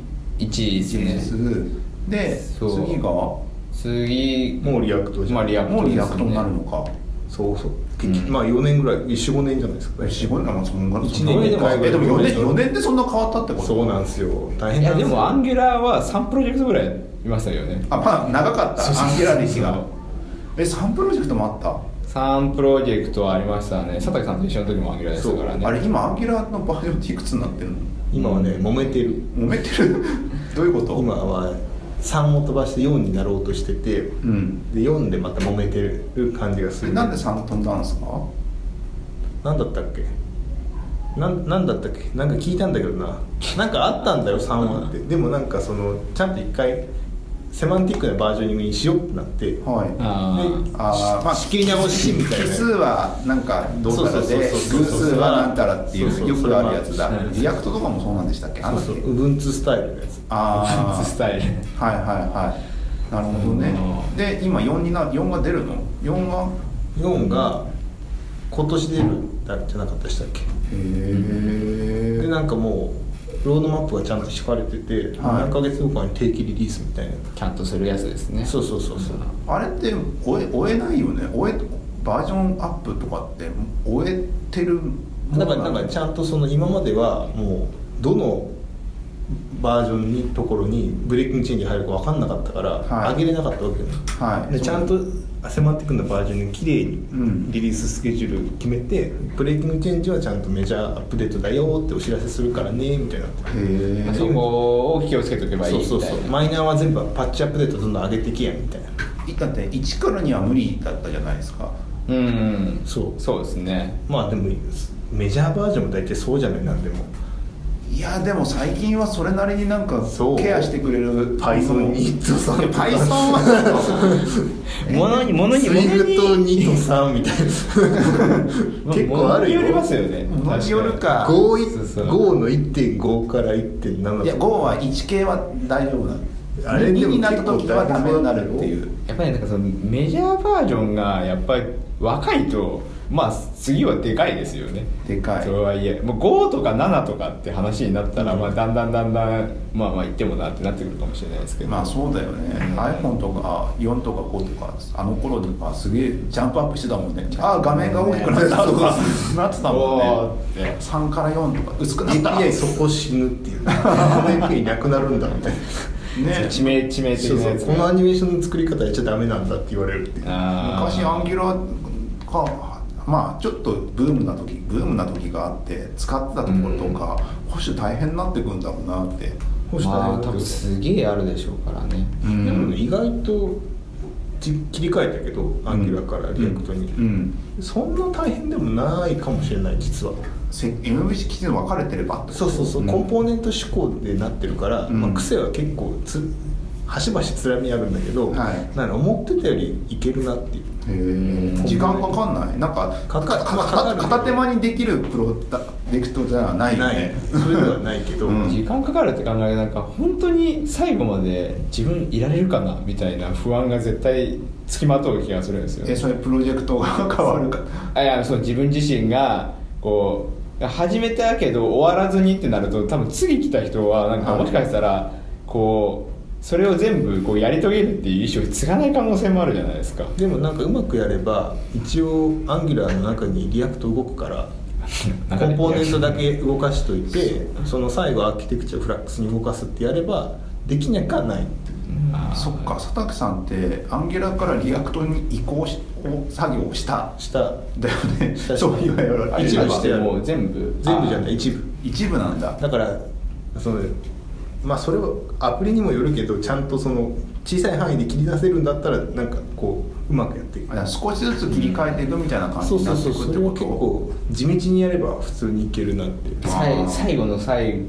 B: 1ですね
A: ですで
B: そう
A: 次がも
B: 次
C: もうリアクトじゃん
B: まあリアクト
A: うリアクトになるのか
C: そうそう、
B: うん
C: 結局まあ4年ぐらい45年じゃないですかね
A: 45年かそんぐらい
C: 一年
B: に一回
A: えでも4年四年でそんな変わったってこと
C: そうなんですよ大変
B: い
C: な
B: や
C: ん
B: です
C: よ
B: もアンギュラーは3プロジェクトぐらいいましたよね
A: あまあ長かっ
B: そう
A: た
B: そう
A: アンギュラー歴
B: そ
A: が
B: う
A: え3プロジェクトもあっ
B: 3プロジェクトはありましたね佐竹さんと一緒の時もアンギュラーでしたからね
A: たあれ今アンギュラーのバージョンっていくつになってるの
C: 今はね揉めてる
A: 揉めてる どういうこと
C: 今は3を飛ばして4になろうとしてて、
A: うん
C: で4でまた揉めてる感じがす
A: それ
C: る
A: なんで3飛んだんですか
C: なんだったっけなんなんだったっけなんか聞いたんだけどななんかあったんだよ3話ってでもなんかそのちゃんと一回セマンティックなバージョニングにしようってなってで
A: はい
B: あー
A: あーまあ
C: 地球に欲しいみたいな
A: 奇数はなんかどうたらで
C: そう
A: 偶
C: そうそうそう
A: 数はなんたらってい
C: そう
A: う
C: そう
A: よくあるやつだ
B: そうそう
A: リアクトとかもそうなんでしたっけあ
C: そう
A: の時
C: そうウブンツスタイルのやつ
A: ああ
B: あ スタイル
A: はいはいはいなるほどね
B: うん
A: で今4にな4が出るの4が
C: 4が今年出るんだじゃなかったでしたっけ
A: へ
C: でなんかもうロードマップがちゃんと敷かれてて、
A: はい
C: 何ヶ月後かに定期リリースみたいな
B: ちゃんとするやつですね
C: そうそうそうそう
A: あれって追え追えないよね追えバージョンアップとかって追えてるもの
C: だからなんかちゃんとその今まではもうどのバージョンにところにブレーキングチェンジ入るか分かんなかったから、
A: はい
C: 上げれなかったわけよね、
A: はい
C: でちゃんと迫ってくるのバージョンに綺麗
A: ん
C: にリリーススケジュール決めて、ブレーキングチェンジはちゃんとメジャーアップデートだよってお知らせするからねみたいな
A: へえ
B: まあそこを気をつけておけばいい
C: そう
B: みた
C: そ
B: いうな
C: そうマイナーは全部パッチアップデートどんどん上げてきやみたいな
A: だって1からには無理だったじゃないですか
B: うんうん
C: そう
B: そうですね
C: まあでもメジャーバージョンも大体そうじゃないなんでも
A: いやでも最近はそれなりになんか
C: そう
A: ケアしてくれる
C: Python に
A: い や Python はちょっと
B: 物に物に
C: スイングと2と3みたい
B: ま
C: な
B: あ
C: 結構ある
B: 物に
C: よ
B: よりますよね
A: 物によるか
C: 5い
B: そうそう
C: 5の1.5から1.7
A: いや5は1系は大丈夫なの
C: あれ
A: 2
C: でも
A: になった時はダ
C: 結構大変
A: メになるってい
C: だ
A: う
C: よ
B: やっぱりなんかそのメジャーバージョンがやっぱり若いとまあ次はでかいですよね
A: でかい
B: とはいえもう5とか7とかって話になったら、
C: うん
B: まあだんだんだんだんまあまあ言ってもなってなってくるかもしれないですけど
A: まあそうだよね、
B: うん
A: iPhone とか4とか5とかあの頃とかすげえジャンプアップしてたもんねああ画面が大きくなったとかなってたもん
B: おーっ
A: ね
B: て
A: 3から4とか薄くなった
C: いやそこ死ぬっていうねこの FP なくなるんだみたいな
A: ね
B: 致命致命的
C: そう
B: な
C: そ
B: や
C: う
B: つ
C: このアニメーションの作り方やっちゃダメなんだって言われるっていう
B: あー
A: 昔アンギュラーかまあちょっとブームな時ブームな時があって使ってたところとか、保守大変になってくんだろうなって
C: 保守
B: まあ
C: 大
B: 多
C: 変
B: 分
C: だけ
B: すげえあるでしょうからね
A: う
C: どでも
A: ん
C: 意外とじ切り替えたけどアンギュラーからリアクトに、
A: うんうん
C: そんな大変でもないかもしれない実は
A: せ MVC 基準分かれてればってこと
C: そうそうそう、
A: ん
C: コンポーネント思考でなってるから、
A: うん
C: まあ、癖は結構つ端々つらみあるんだけど、
A: はい
C: なんか思ってたよりいけるなっていう
A: へー時間かかんないなんか
C: かか
A: か
C: まあかかる
A: 片手間にできるプロダクトじゃないよ
C: ない、
A: ね
C: それではないけど、
A: うん
B: 時間かかるって考えるとなんか本当に最後まで自分いられるかなみたいな不安が絶対つきまとう気がするんですよね
A: えそれプロジェクトが 変わるか
B: あいやそう自分自身がこう始めたけど終わらずにってなると多分次来た人はなんか
A: はい
B: もしかしたらこうそれを全部こうやり遂げるっていう意思を継がない可能性もあるじゃないですか
C: でもなんかうまくやれば一応アンギュラーの中にリアクト動くからコンポーネントだけ動かしといてその最後アーキテクチャをフラックスに動かすってやればできなくはないっていう
B: あー
A: そっか佐竹さんってアンギュラからリアクトに移行し作業をした
C: した
A: だよね
C: した
A: そういわゆる
B: あれ
C: 一部
B: は
C: してやる
B: もう全部
C: 全部じゃな
B: あ
C: い一部
A: 一部なんだ
C: だからそのまあそれはアプリにもよるけどちゃんとその小さい範囲で切り出せるんだったらなんかこううまくやっていく
A: あ少しずつ切り替えていくみたいな感じ
C: そう
A: に
C: そ
A: な
C: う
A: って
C: そ
A: いうく
C: そ
A: っ
C: れ
A: てこ
C: は結
A: と
C: 構地道にやれば普通にいけるなっていう
B: さい
A: あー
B: 最後の最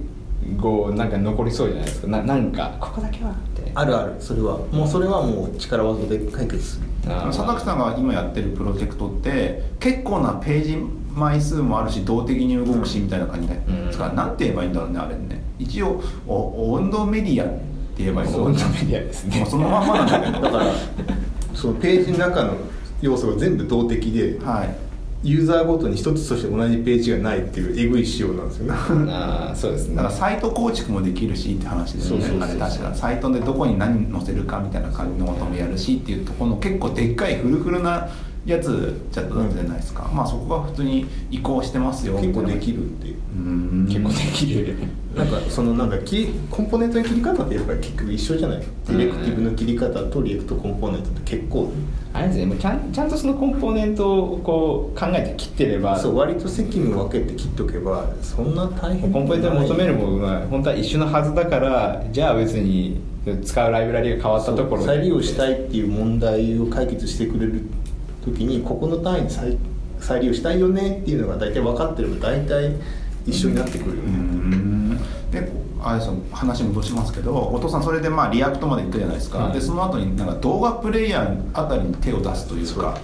B: 後なんか残りそうじゃないですかななんかここだけはって
C: あるあるそれはもうそれはもう力技で解決する
A: 佐竹さんが今やってるプロジェクトって結構なページ枚数もあるし動的に動くしみたいな感じ
B: うん
A: ですから、なんて言えばいいんだろうねあれね一応お温度メディアって言えばいいの
B: 温度メディアですね
A: もうそのまんまなんだけど
C: だからそのページの中の要素が全部動的で
A: はい
C: ユーザーごとに一つとして同じページがないっていうえぐい仕様なんですよね
B: あーそうですね
A: だからサイト構築もできるしって話ですよね
C: そうそう
A: あ
C: そ
A: れ
C: うそう
A: 確かサイトでどこに何載せるかみたいな感じのこともやるしっていうところの結構でっかいフルフルなやつチャットだったじゃないですか、まあそこが普通に移行してますよ
C: 結構でき
A: る
C: るっていう
A: うん
B: 結構できる
C: なんかそのなんかきコンポーネントの切り方ってやっぱり結局一緒じゃないディレクティブの切り方とリエクトコンポーネントって結構
B: あれですねもうちゃんちゃんとそのコンポーネントをこう考えて切ってれば
C: そう割と責務分けて切っとけばそんな大変
B: コンポーネントを求めるも
C: ん
B: のが本当は一緒のはずだからじゃあ別に使うライブラリが変わったところで
C: 再利用したいっていう問題を解決してくれる時にここの単位で再再利用したいよねっていうのが大体分かってれば大体一緒になってくるよ
A: う
C: ね、
A: んであれですよ話戻しますけど後藤さんそれでまあリアクトまで行くじゃないですか、
B: はい
A: でその後になんか動画プレイヤーあたりに手を出すというか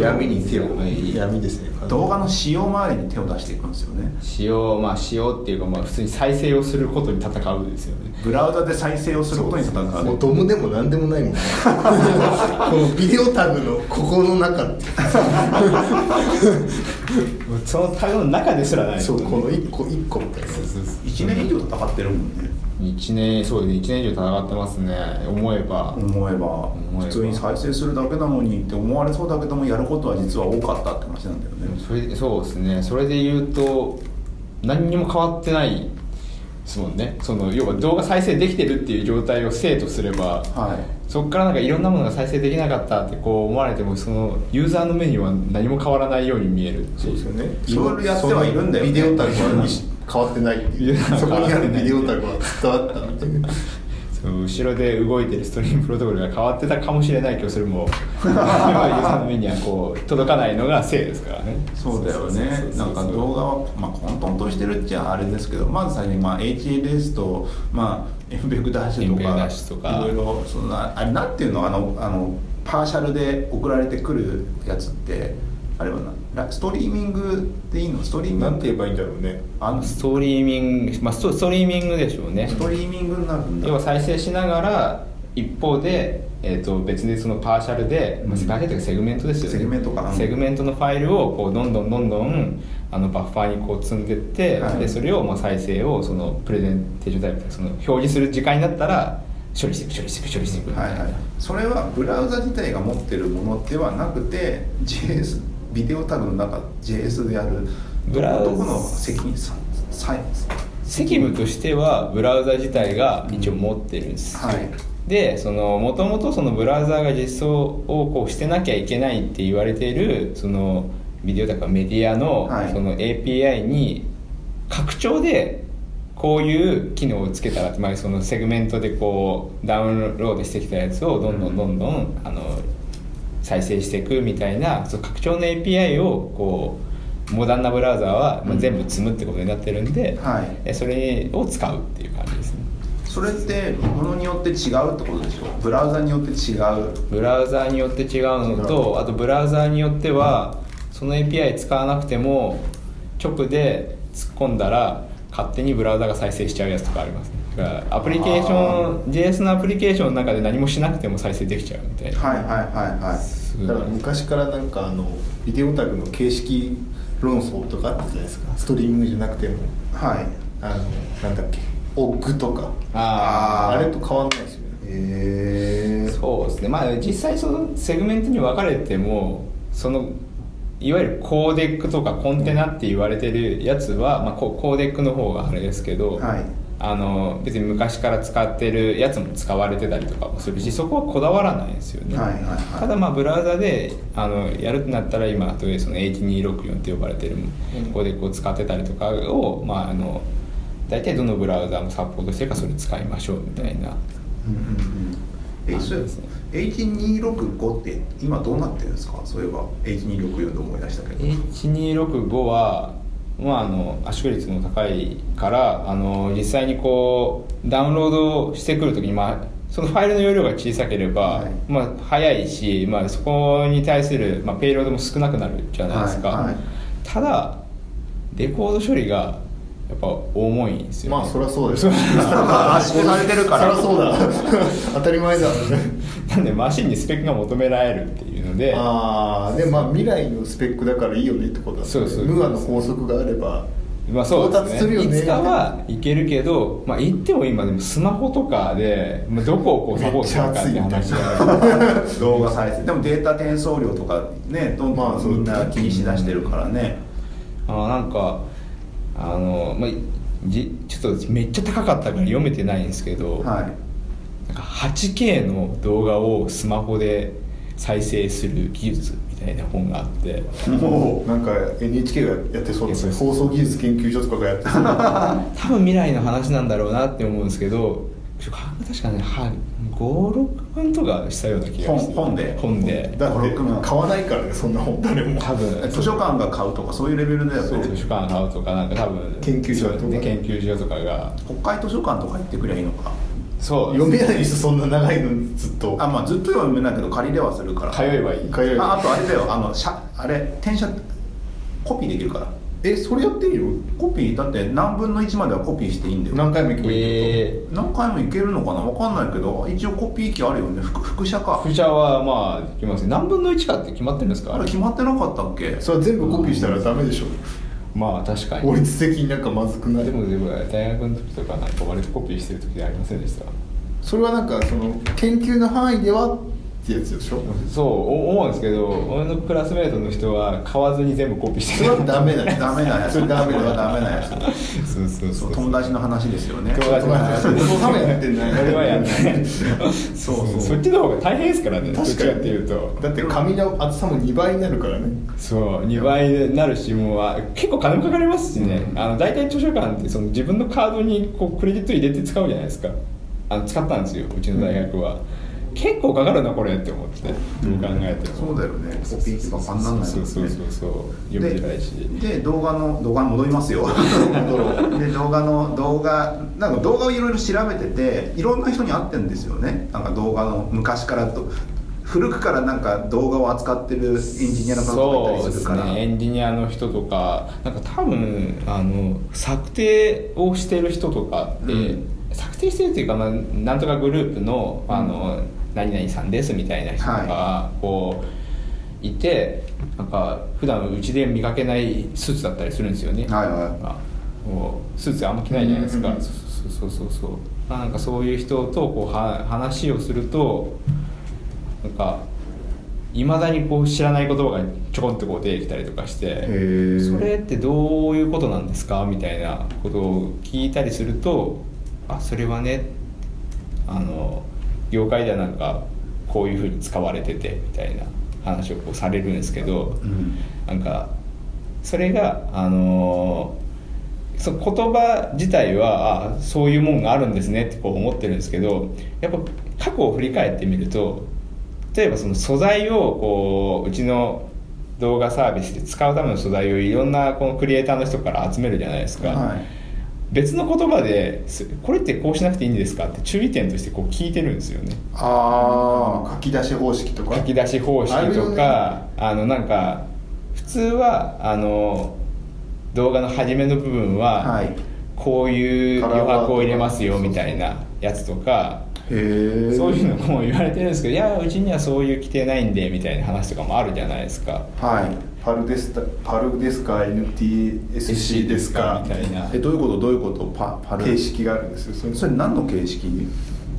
C: 闇に手を
B: はい
C: 闇ですね
A: 動画の仕様周りに手を出していくんですよね
B: 使用まあ使用っていうかまあ普通に再生をすることに戦うですよね
A: ブラウザで再生をすることに戦う
C: もうドムでも何でもないもん このビデオタグのここの中って
B: そのタグの中ですらない
C: そうこの1個1個みたいな
B: そうそうそう
A: 1年以上戦ってるもんね
B: 一年そうですね一年以上戦ってますね思えば、
A: 思えば
B: えば
A: 普通に再生するだけなのにって思われそうだけどもやることは実は多かったって話なんだよね
B: それそうですねそれで言うと何にも変わってないですもんねその要は動画再生できてるっていう状態を生とすれば
A: はい
B: そこからなんかいろんなものが再生できなかったってこう思われてもそのユーザーの目には何も変わらないように見えるって
C: そう
B: い
C: ですよね
A: いろいろやってはいるんだよね
C: そのビデオタグは変わってないっていう
B: いや
C: そこにあるビデオタグは伝わったみたいな
B: その後ろで動いてるストリームプロトコルが変わってたかもしれないけどそれもそれはユーザーの目にはこう届かないのがせいですからね
A: そうだよ
B: そうそう
A: ね
B: そう
A: なんか動画は、まあ、混沌としてるっちゃあれですけどまず最初に、まあ、HLS と、まあ、MPEG ダッシュとか
B: MPEG ダッシュとか
A: いろいろそんなあれなんていうのあのあのパーシャルで送られてくるやつってあれはなラストリーミングでいいのストリーミング
C: なんて言えばいいんだろうね
A: あの
B: ス
A: ス
B: トリーミング、まあ、ストストリーミングでしょうね
A: トリーミングになるんだ
B: 要は再生しながら一方で、えー、と別にそのパーシャルで、まあ、
A: うん
B: パーシャルというかセグメントですよね
A: セグメントかな
B: セグメントのファイルをこうどんどんどんどんあのバッファーにこう積んでって、
A: はい
B: でそれをまあ再生をそのプレゼンテーションタイプその表示する時間になったら処理していく処理していく処理していくみた
A: はいい
B: な
A: はい、それはブラウザ自体が持ってるものではなくて JS ビデオタグの中 JS である
B: ブラウザ
A: どこの責任ささ
B: 責務としてはブラウザ自体が一応持ってるんです、
A: はい
B: でそのもともとそのブラウザーが実装をこうしてなきゃいけないって言われているそのビデオとかメディアの
A: はい
B: その API に拡張でこういう機能をつけたらつまりそのセグメントでこうダウンロードしてきたやつをどんどんどんどんあの再生していくみたいなその拡張の API をこうモダンなブラウザーはまあ全部積むってことになってるんで、
A: はい
B: えそれを使うっていう感じですね。
A: それってものによって違うってことでしょブラウザによって違う
B: ブラウザーによって違うのとあとブラウザーによってはその API 使わなくても直で突っ込んだら勝手にブラウザーが再生しちゃうやつとかありますねだからアプリケーション JS のアプリケーションの中で何もしなくても再生できちゃうみたいな
A: はいはいはいはい
B: すごい
C: だから昔からなんかあのビデオタグの形式論争とかあったじゃないですかストリーミングじゃなくても
A: はい
C: あのなんだっけオッグとか
B: あ
A: あ
C: あ
A: ー
C: れと変わんないですよね
A: へ
B: あ
A: え
B: そうですねまあ実際そのセグメントに分かれてもそのいわゆるコーデックとかコンテナって言われてるやつは、まあ、こうコーデックの方があれですけど、
A: はい
B: あの別に昔から使ってるやつも使われてたりとかもするしそこはこだわらないですよね、
A: はいはいはい
B: ただまあブラウザであのやるってなったら今例えばその H264 って呼ばれてるコーデックを使ってたりとかを、まあ、あの大体どのブラウザもサポートしてるからそれ使いましょうみたいな
A: うんうんうんえそれ H265 って今どうなってるんですかそういえば H264 で思い出したけど
B: H265 は、まあ、あの圧縮率も高いからあの実際にこうダウンロードしてくるときに、まあ、そのファイルの容量が小さければ、
A: はい
B: まあ、早いし、まあ、そこに対する、まあ、ペイロードも少なくなるじゃないですか、
A: はいはい
B: ただレコード処理がやっぱ重いんですよ、ね、
C: まあそりゃそうです圧
A: 縮されてるから
C: そりゃそうだ当たり前だ
B: なんでマシンにスペックが求められるっていうので
C: ああでまあ未来のスペックだからいいよねってことだ
B: そうそう
C: 無我の法則があれば
B: まあそうですね
C: 到達するよね
B: いつかはいけるけど、まあ、行っても今でもスマホとかで、まあ、どこをこうサポートするかっていう話が
A: 動画再生でもデータ転送量とかねどん
C: ま
A: ど
C: あ
A: ん
C: そう
A: みんな気にしだしてるからね、
B: あのなんかあの、まあ、じちょっとめっちゃ高かったから読めてないんですけ
A: は
B: ど、
A: い
B: なんか 8K の動画をスマホで再生する技術みたいな本があって
C: もうなんか NHK がやってそうですね放送技術研究所とかがやってそう
B: 多分未来の話なんだろうなって思うんですけど確かね56万とかしたような気がして
A: 本本で
B: 本で
C: だって
A: 56万
C: 買わないからねそんな本誰も
B: 多分
A: 図書館が買うとかそういうレベルだよ
B: 図
A: ね
B: 書館買うとかなんか多分
C: 研究所とか
B: で研究所とかが
A: 国会図書館とか行ってくりゃいいのか
B: そう
C: 読めない人そんな長いのにずっと
A: あまあずっと読めないけど借りれはするから
B: 通えばいい
C: 通えば
A: ああとあれだよあのしゃあれ転写コピーできるから
C: えそれやってみる
A: コピーだって何分の1まではコピーしていいんだよ
C: 何回も行けばいい
B: え
A: 何回もいけるのかな分かんないけど一応コピー機あるよね副副写
B: ー
A: か
B: 副社はまあできますね何分の1かって決まってるんですか
A: あれ決まってなかったっけ
C: それは全部コピーしたらダメでしょ
B: まあ確かに
C: 法律的になんかまずくない
B: でもでも大学の時とかなんか割とコピーしてる時ありませんでした
C: それはなんかその研究の範囲ではってやつでしょ
B: そうお思うんですけど俺のクラスメートの人は買わずに全部コピーし
C: そ
B: て
C: れ
B: る
C: はダメだね
A: ダメなやつ
C: それダメ
A: これはダ
C: だ
A: メなやつ
B: そうそう
A: そ
B: そうう
A: 友達の話ですよね
B: 友達の話
C: そのためやってんだ よ
B: それはやんない
A: そうそう
B: そっちの方が大変ですからねどっ
C: 確
B: ち
C: か
B: か
C: に
B: っていうと
C: だって紙の厚さも2倍になるからね
B: そう2倍になるしもうあ結構金もかかりますしね、あの大体図書館ってその自分のカードにこうクレジット入れて使うじゃないですかあの使ったんですようちの大学は、結構かかるなこれって思ってどう考えても、
A: そうだよねコピー機ばっかになんないもん
B: そう
A: ね
B: そうそうそう読みづらいし
A: でで動画の動画に戻り ますよで動画の動画なんか動画をいろいろ調べてていろんな人に会ってるんですよねなんか動画の昔からと古くからなんか動画を扱ってるエンジニアの方がいたりするから
B: そうですねエンジニアの人とかなんか多分あの策定をしてる人とかって、
A: うん
B: 策定してるっていうか、まあ、なんとかグループのあの、何々さんですみたいな人とかがこういて、なんか普段うちで見かけないスーツだったりするんですよね、
A: はいはい
B: なんかこうスーツあんま着ないじゃないですか、
C: うんうんうん
B: そうそうそうそうそうなんかそういう人とこうは話をするとなんかいまだにこう知らない言葉がちょこんとこう出てきたりとかして「
A: え
B: それってどういうことなんですか?」みたいなことを聞いたりすると「あそれはねあの業界ではなんかこういうふうに使われてて」みたいな話をこうされるんですけど、
A: うん
B: なんかそれがあのーそう言葉自体はあそういうもんがあるんですねってこう思ってるんですけどやっぱ過去を振り返ってみると例えばその素材をこううちの動画サービスで使うための素材をいろんなこのクリエイターの人から集めるじゃないですか、
A: はい
B: 別の言葉ですこれってこうしなくていいんですかって注意点としてこう聞いてるんですよね
C: ああ書き出し方式とか
B: 書き出し方
C: あ
B: 式
C: るよ
B: と
C: ね
B: かあのなんか普通はあの動画の初めの部分は、
A: はい
B: こういう
C: カラー
B: 余
C: ワード
B: 白を入れますよみたいなやつとか
A: へえ
B: そういうのも言われてるんですけどいやうちにはそういう規定ないんでみたいな話とかもあるじゃないですか
A: はい
C: パルデスタパルですか NTSC ですか
B: みたいな
A: えどういうことどういうことパパル
C: 形式があるんですよそれ
A: それ何の形式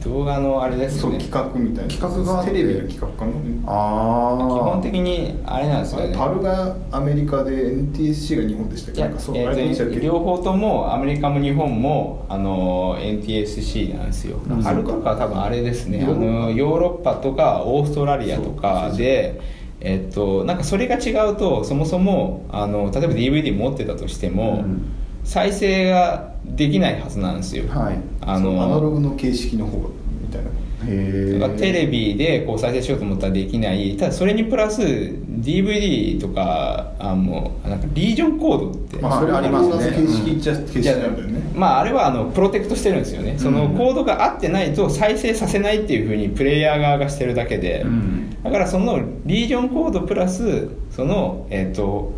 B: 動画のあれです
C: そう
B: ね
C: 企画みたいな
A: 企画があって
C: テレビの企画かな
A: ああ
B: 基本的にあれなんです
C: あ
B: よ
C: れ
B: ね
C: パルがアメリカで NTSC が日本でしたっ
B: い
C: け
B: や
C: なんかそう
B: え
C: あれでしたっ
B: ー
C: け
B: と両方ともアメリカも日本もあの NTSC なんですよ
A: うん
B: あるとかは多分あれですねあ
C: ヨーロッパ
B: のヨーロッパとかオーストラリアとかでえっとなんかそれが違うとそもそもあの例えば DVD 持ってたとしても、
A: うん
B: 再生ができないはずなんですよ、
A: はい
B: あ
C: そうアナロ
B: の
C: グの形式の方がみたいな
A: へ
B: だ
A: え
B: からテレビでこう再生しようと思ったらできないただそれにプラス DVD とかあのなんかリージョンコードって
A: まあそれありますね
C: それが同じ形式っちゃ形式なんだよね
B: まあ、あれはあのプロテクトしてるんですよねその
A: うん
B: コードが合ってないと再生させないっていうふうにプレイヤー側がしてるだけで、
A: うん
B: だからそのリージョンコードプラスそのえっ、と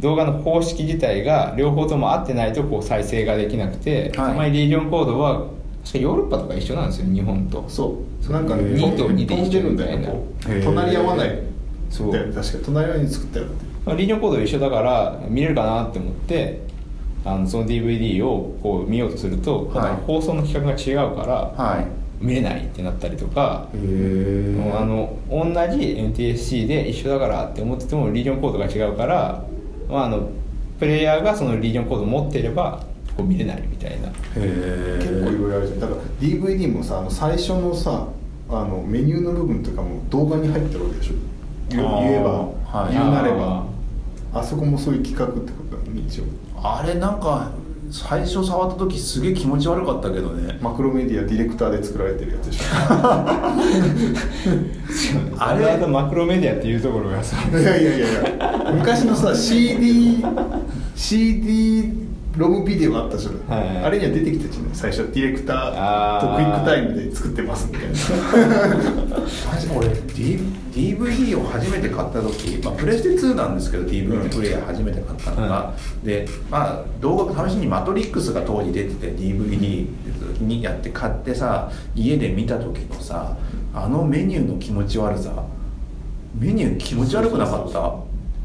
B: 動画の方式自体が両方とも合ってないとこう再生ができなくて、
A: はい
B: あんまりリージョンコードは確かヨーロッパとか一緒なんですよ日本と
C: そうなんかね
B: 二と二で
C: 飛んでるんだよねこう
A: へー
C: 隣り合わない
B: そう
C: だよね確か隣り合わないように作ったよね
B: まあリージョンコード一緒だから見れるかなって思ってあのその DVD をこう見ようとすると、
A: はい
B: 放送の企画が違うから、
A: はい
B: 見れないってなったりとか
A: へ
B: もう
A: え
B: あの同じ NTSC で一緒だからって思っててもリージョンコードが違うから、まあ、あのプレイヤーがそのリージョンコードを持っていればこう見れないみたいな
A: へ
C: 結構いろいろあるじゃんだから DVD もさあの最初のさあのメニューの部分とかも動画に入ってるわけでしょ言
A: あー
C: 言えば、
A: はい
C: 言うなれ
B: あ
C: ばあそこもそういう企画ってことだね一応
A: あれなんか最初触った時すげえ気持ち悪かったけどね
C: マクロメディアディレクターで作られてるやつでしょ
A: あ
B: あ
A: れ
B: れはマクロメディアっていうところが さ
C: いやいやいやいや昔のさ CD CD ロムビデオあったじゃない、
B: はい
C: あれには出てきたじゃない最初ディレクターと
B: あ
C: クイッ
B: ー
C: クタイムで作ってますみたいな
A: マジ俺、D、DVD を初めて買った時、まあ、プレステ2なんですけど DVD プレイヤー初めて買ったのが、で、まあ、動画試しに「マトリックス」が当時出てて DVD にやって買ってさ家で見た時のさあのメニューの気持ち悪さメニュー気持ち悪くなかった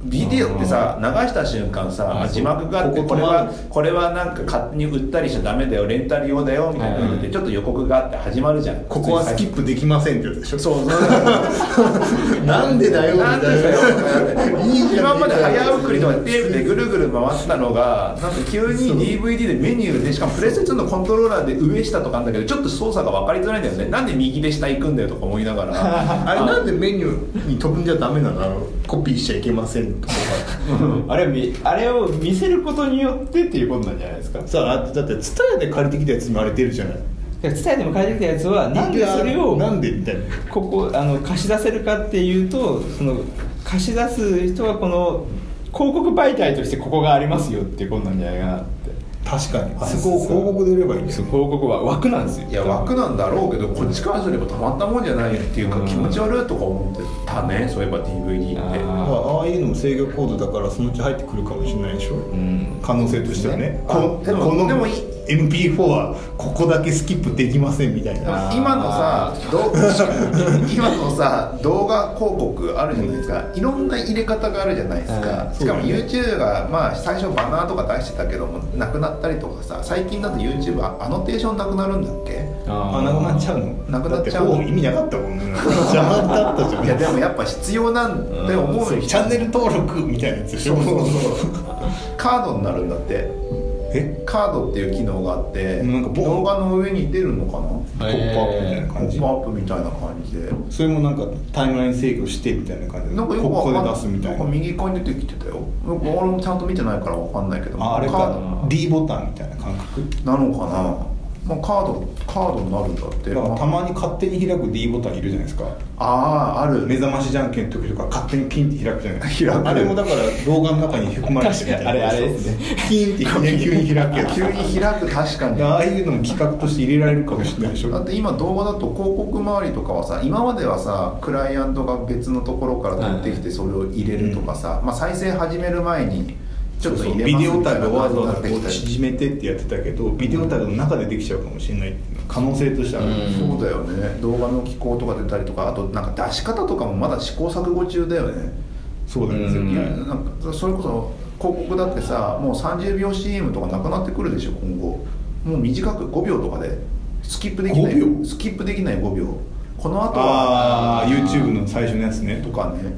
A: ビデオってさ流した瞬間さ
B: あ
A: 字幕があって
C: こ
A: こ
C: こ
A: れ
C: 止まる
A: はこれはなんか勝手に売ったりしちゃダメだよレンタル用だよみたいなので
B: うん
A: ちょっと予告があって始まるじゃん
C: ここはスキップできませんってやつでしょ
A: そうそう
C: なんでだよみた
A: ないんでだよ
C: な。いいじゃん
A: 今まで早送りとかテープでぐるぐる回ってたのがなんか急に DVD でメニューでしかもプレセツのコントローラーで上下とかあんだけどちょっと操作が分かりづらいんだよねなんで右で下行くんだよとか思いながら
C: あれなんでメニューに飛ぶんじゃダメなのあのコピーしちゃいけませんとか
B: あれを見あれを見せることによってっていうことなんじゃないですか
C: さあだってツタヤで借りてきたやつにもあれ出るじゃない
B: 伝えても返ってきたやつはなんでそれを
C: なんでみたいな
B: ここあの貸し出せるかっていうとその貸し出す人はこの広告媒体としてここがありますよっていうことなんじゃないかなって
C: 確かに
B: あ
C: あ
B: そ
C: そ
B: こを
C: こを
B: 広
C: 広
B: 告
C: 告
B: で
C: で売ればいいです
B: そう
C: よ
B: 広告は枠なんですよ
A: いや枠なんだろうけどこっちからすればたまったもんじゃないよっていうか
B: うん
A: 気持ち悪いとか思ってたねそういえば DVD って。
B: あ
C: ああいうのも制御コードだからそのうち入ってくるかもしれないでしょ、
B: ん
C: 可能性としてはね
A: あ
C: こ
A: でも
C: この
A: でもい
C: MP4 はここだけスキップできませんみたい
A: でも
C: な
B: あー
A: 今のさど 今のさ動画広告あるじゃないですかいろんな入れ方があるじゃないですか
B: は
A: しかも
C: そうだね
A: YouTube がまあ最初バナーとか出してたけどもなくなったりとかさ最近だと YouTube はアノテーションなくなるんだっけ
B: あ
C: あなくなっちゃうの
A: なくなっちゃう
C: だてほぼ意味なかったもんね邪魔だったじゃん
A: いやでもやっぱ必要なんて思う
C: チ
A: 人
C: ャンネル登録みたいなやつでしょ
A: カードになるんだって
C: え
A: カードっていう機能があって
C: なんかボン
A: 動画の上に出るのか
C: ポ
A: な
C: ップアップみたいな
A: ポ
C: 感
A: ッ
C: じ
A: プアップみたいな感じで
C: それもなんかタイムライン制御してみたいな感じで
A: なんかよく
C: こ
A: わ
C: こ
A: か
C: で
A: ん
C: 出すみたい
A: ん
C: な
A: か右側に出てきてたよなんか俺もちゃんと見てないからわかんないけど
C: ああれ
A: カ
C: か
A: ー
C: D ボタンみたいな感覚だ
A: ドなのかな、まあ、カードカードになるんだって
C: からた
A: ま
C: まに勝手に開く D ボタンいるじゃないですか
A: ああーある
C: 目覚ましじゃんけんの時とか勝手にピンって開くじゃないです
A: 開
C: か
A: く
C: あれもだから動画の中にへこまれてるみた
B: 確か
C: いな
B: にあれあれですね
C: ピンって急に開くやつ
A: 急に開く確かに
C: ああいうのも企画として入れられるかもしれないでしょ
A: だって今動画だと広告周りとかはさ今まではさクライアントが別のところから取ってきてそれを入れるとかさ、まあ、再生始める前にちょっと入れ
C: ビ
A: ます
C: デオ
A: みた
C: タ
A: い
C: グ
A: な
C: を
A: 感
C: わ
A: じ
C: ざ
A: に
C: わ
A: な
C: ざ
A: って
C: こ
A: き
C: う
A: たり
C: 縮めてってやってたけどビデオタグの中でできちゃうかもしれないっていうのは可能性としてはある、
B: うん
A: そうだよね動画の機構とか出たりとかあとなんか出し方とかもまだ試行錯誤中だよね
C: そうだよね、
B: うん
A: いやなんかそれこそ広告だってさもう30秒 CM とかなくなってくるでしょ今後もう短く5秒とかでスキップできない
C: 5秒
A: スキップできない5秒この後は
C: ああ YouTube の最初のやつね
A: とかね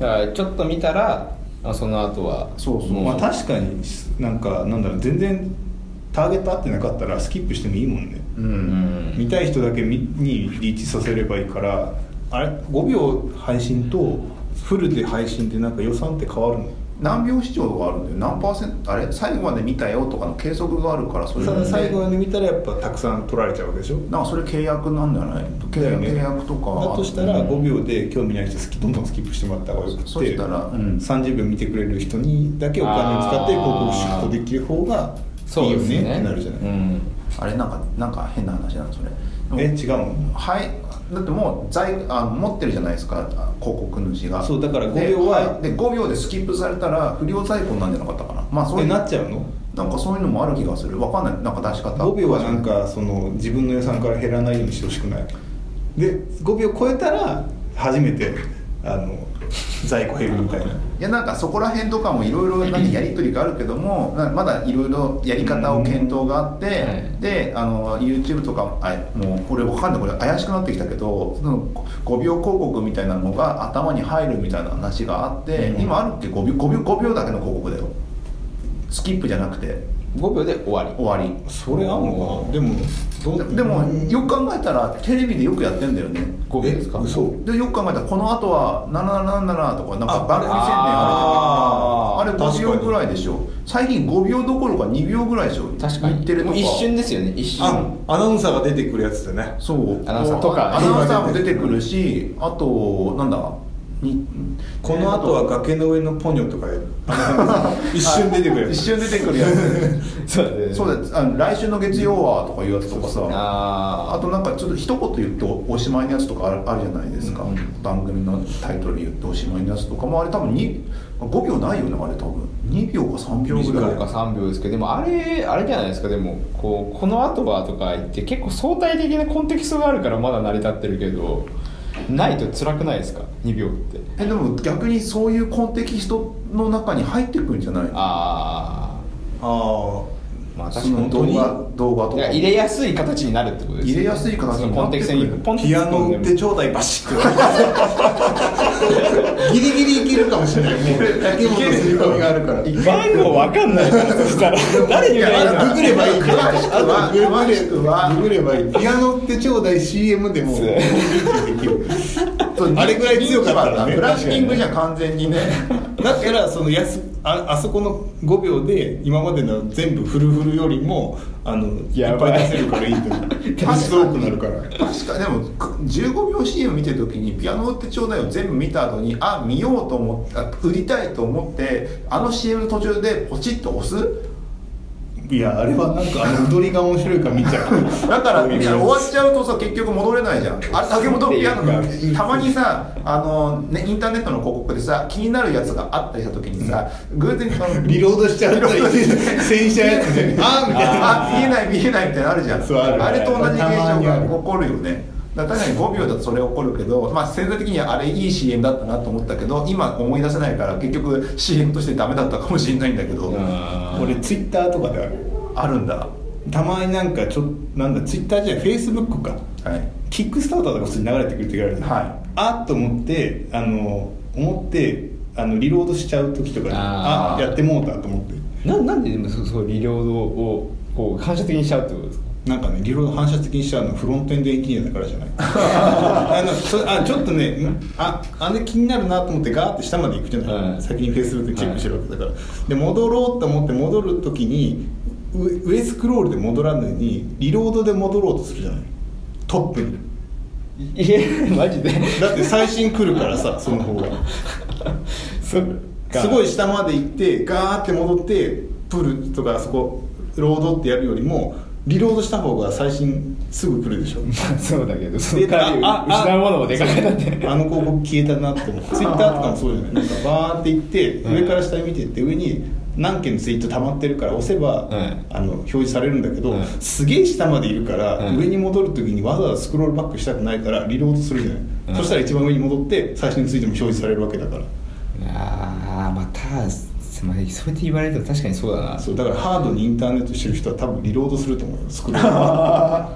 B: だからちょっと見たらあその後は
A: そうそう
B: も
C: まあ確かになんかなんだろう全然ターゲット合ってなかったらスキップしてもいいもんね、
A: う
B: うんん
C: 見たい人だけ見にリーチさせればいいからあれ5秒配信とフルで配信でなんか予算って変わるの
A: 何秒視聴があるんだよ何パーセントあれ最後まで見たよとかの計測があるからそれ
C: ただ最後
A: に
C: に見たらやっぱたくさん取られちゃうわけでしょ
A: なんかそれ契約なんじゃない契
C: だよ
A: 約,、
C: ね
A: 契約とか
C: だとしたら5秒で興味ない人好きどんどんスキップしてもらった方がよくて
A: そしたらうん
C: 30秒見てくれる人にだけお金を使って広告シフトできる方がいい
B: そう
C: よ
B: です
C: ね
B: ね
C: ってなるじゃない、
B: うん
A: あれなんかなんか変な話なんそれうん
C: え違うの
A: はいだってもう在あ持ってるじゃないですかあ広告主が
C: そうだから
A: で
C: 5秒は
A: はいで5秒でスキップされたら不良在庫になんじゃなかったかなまあそうい
C: え
A: う
C: なっちゃうの
A: なんかそういうのもある気がするわかんないなんか出し方
C: 5秒はなんかその自分の予算から減らないようにしてほしくないで5秒超えたら初めてあの在庫減るみたいない
A: やなんかそこら辺とかもいろいろなんかやり取りがあるけどもなまだいろいろやり方を検討があって、
B: はい
A: であの YouTube とかあもうこれわかんないこれ怪しくなってきたけどその5秒広告みたいなのが頭に入るみたいな話があって、
C: うん
A: 今あるっけ5秒 ,5 秒 ,5 秒だけの広告だよスキップじゃなくて
B: 5秒で終わり
A: 終わり
C: それあんのかなでもどう
A: ででもよく考えたらテレビでよくやってんだよね
B: 5秒ですか
C: え嘘
A: でよく考えたらこの後は777とかなんか
C: あ
A: 番組宣伝あ
C: あ
A: る
C: れ
A: じゃないあれ5
C: 確か
A: 秒
C: に
A: ぐらいでしょ最近5秒どころか2秒ぐらいでしょ
B: 確か
A: 言
B: に
A: ってると
B: も
A: か
B: う一瞬ですよね一瞬
C: あアナウンサーが出てくるやつだね
A: そう
B: アナウンサーとか
A: アナウンサーも出てくるしあとなんだに
C: この後は崖の上のポニョとか で一瞬出てくるや
A: 一
C: つ
A: 瞬出てくるや つ
B: そうです
A: そうだよあの来週の月曜はとかいうやつとかさ
B: あ
A: あとなんかちょっと一言言っておしまいのやつとかあるあるじゃないですか、番組のタイトル言っておしまいのやつとかもあれ多分に5秒ないよねあれ多分2秒か3秒
B: 5
A: ぐらい
B: 秒か3秒ですけどでもあれあれじゃないですかでもこうこの後はとか言って結構相対的なコンテキストがあるからまだ成り立ってるけどないと辛くないですか2秒って
A: えでも逆にそういうコンテキストの中に入ってくるんじゃないの
B: あ
C: あ
B: あまあ
A: そ
B: 確か
A: の
B: に
A: 動画動画と
B: い
A: か
B: や入れやすい形になるってことですね
A: 入れやすい形になってくる
B: そのコンテキストにポン
C: あ
B: と
C: ピア
B: 突っ込
C: ノ
B: んでも
C: 売ってちょうだいバシッて
D: ギリギリいけるかもしれないもう竹本の刷り込みがあるから
B: 番号わかんないからそしたら誰に言えばいいん
D: あ
B: だろ
D: グ
B: う
D: グればいいから
A: 詳しくは
D: あと
A: 詳しくは
D: ググればいいピアノってちょうだい CM でも
B: そう
A: そう
D: あれぐらい強かったらね
A: ブラッシングじゃん完全にね
C: だからそのやすああそこの5秒で今までの全部フルフルよりもあのい
B: や
C: っ
B: ばい
C: ぱい出せるからいいと思う発想多くなるから
A: 確かでも15秒 CM 見てる時に「ピアノ売ってちょうだい」を全部見た後にあ見ようと思ってあ売りたいと思ってあの CM の途中でポチッと押す
C: いやあれはなんかあの踊りが面白いから見ちゃう
A: だからいや終わっちゃうとさ結局戻れないじゃんあれ竹本ピアノがたまにさあの、ね、インターネットの広告でさ気になるやつがあったりした時にさ偶然その
C: リロードしちゃうと戦車やつであーみたいな
A: あ見えない見えないみたいなのあるじゃん
C: そうある
A: れと同じ現
C: たま
A: 象
C: にあ
A: が
C: る
A: 起こるよねだから確かに5秒だとそれ起こるけど、まあ、潜在的にはあれいい CM だったなと思ったけど今思い出せないから結局 CM としてダメだったかもしれないんだけど
B: あ
C: 俺ツイッターとかである
A: あるんだは
C: たまになんかちょなんだツイッターじゃないフェイスブックか
A: い
C: キックスターターとか普通に流れてくる時あるじゃん、
A: は
C: あっと思ってあの思ってあのリロードしちゃう時とかに
B: あ
C: あ
B: ー
C: やってもうたと思って
B: ーななんででもそうそうリロードをこう反射的にしちゃうってことですか
C: なんかねリロード反射的にしちゃうのはフロントエンドエンジニアだからじゃないあのそあちょっとねんああれ気になるなと思ってガーって下まで行くじゃない、
B: はい
C: 先にフェイスブックチェックしてるわけだから、で戻ろうと思って戻る時にう上スクロールで戻らずにリロードで戻ろうとするじゃないトップに
B: いえマジで
C: だって最新来るからさその方が
B: そっか
C: すごい下まで行ってガーって戻ってプールとかあそこロードってやるよりもリロードした方が最新すぐ来る でしょ
B: そうだけどその代わ
C: あ
B: り
C: あ
B: 失うものもでかくなって
C: あの広告消えたなって思ってツイッターとかもそうじゃないなんかバーって行って
B: うん
C: 上から下に見てって上に何件のツイート溜まってるから押せば、
B: うん
C: あの表示されるんだけど、
B: うん
C: すげえ下までいるから、
B: うん
C: 上に戻る時にわざわざスクロールバックしたくないからリロードするじゃない、
B: うん
C: そしたら一番上に戻って最新のツイートも表示されるわけだから
B: ああまあただすまあそうやって言われると確かにそうだな
C: そうだからハードにインターネットしてる人は多分リロードすると思うよスク ロー
B: いやー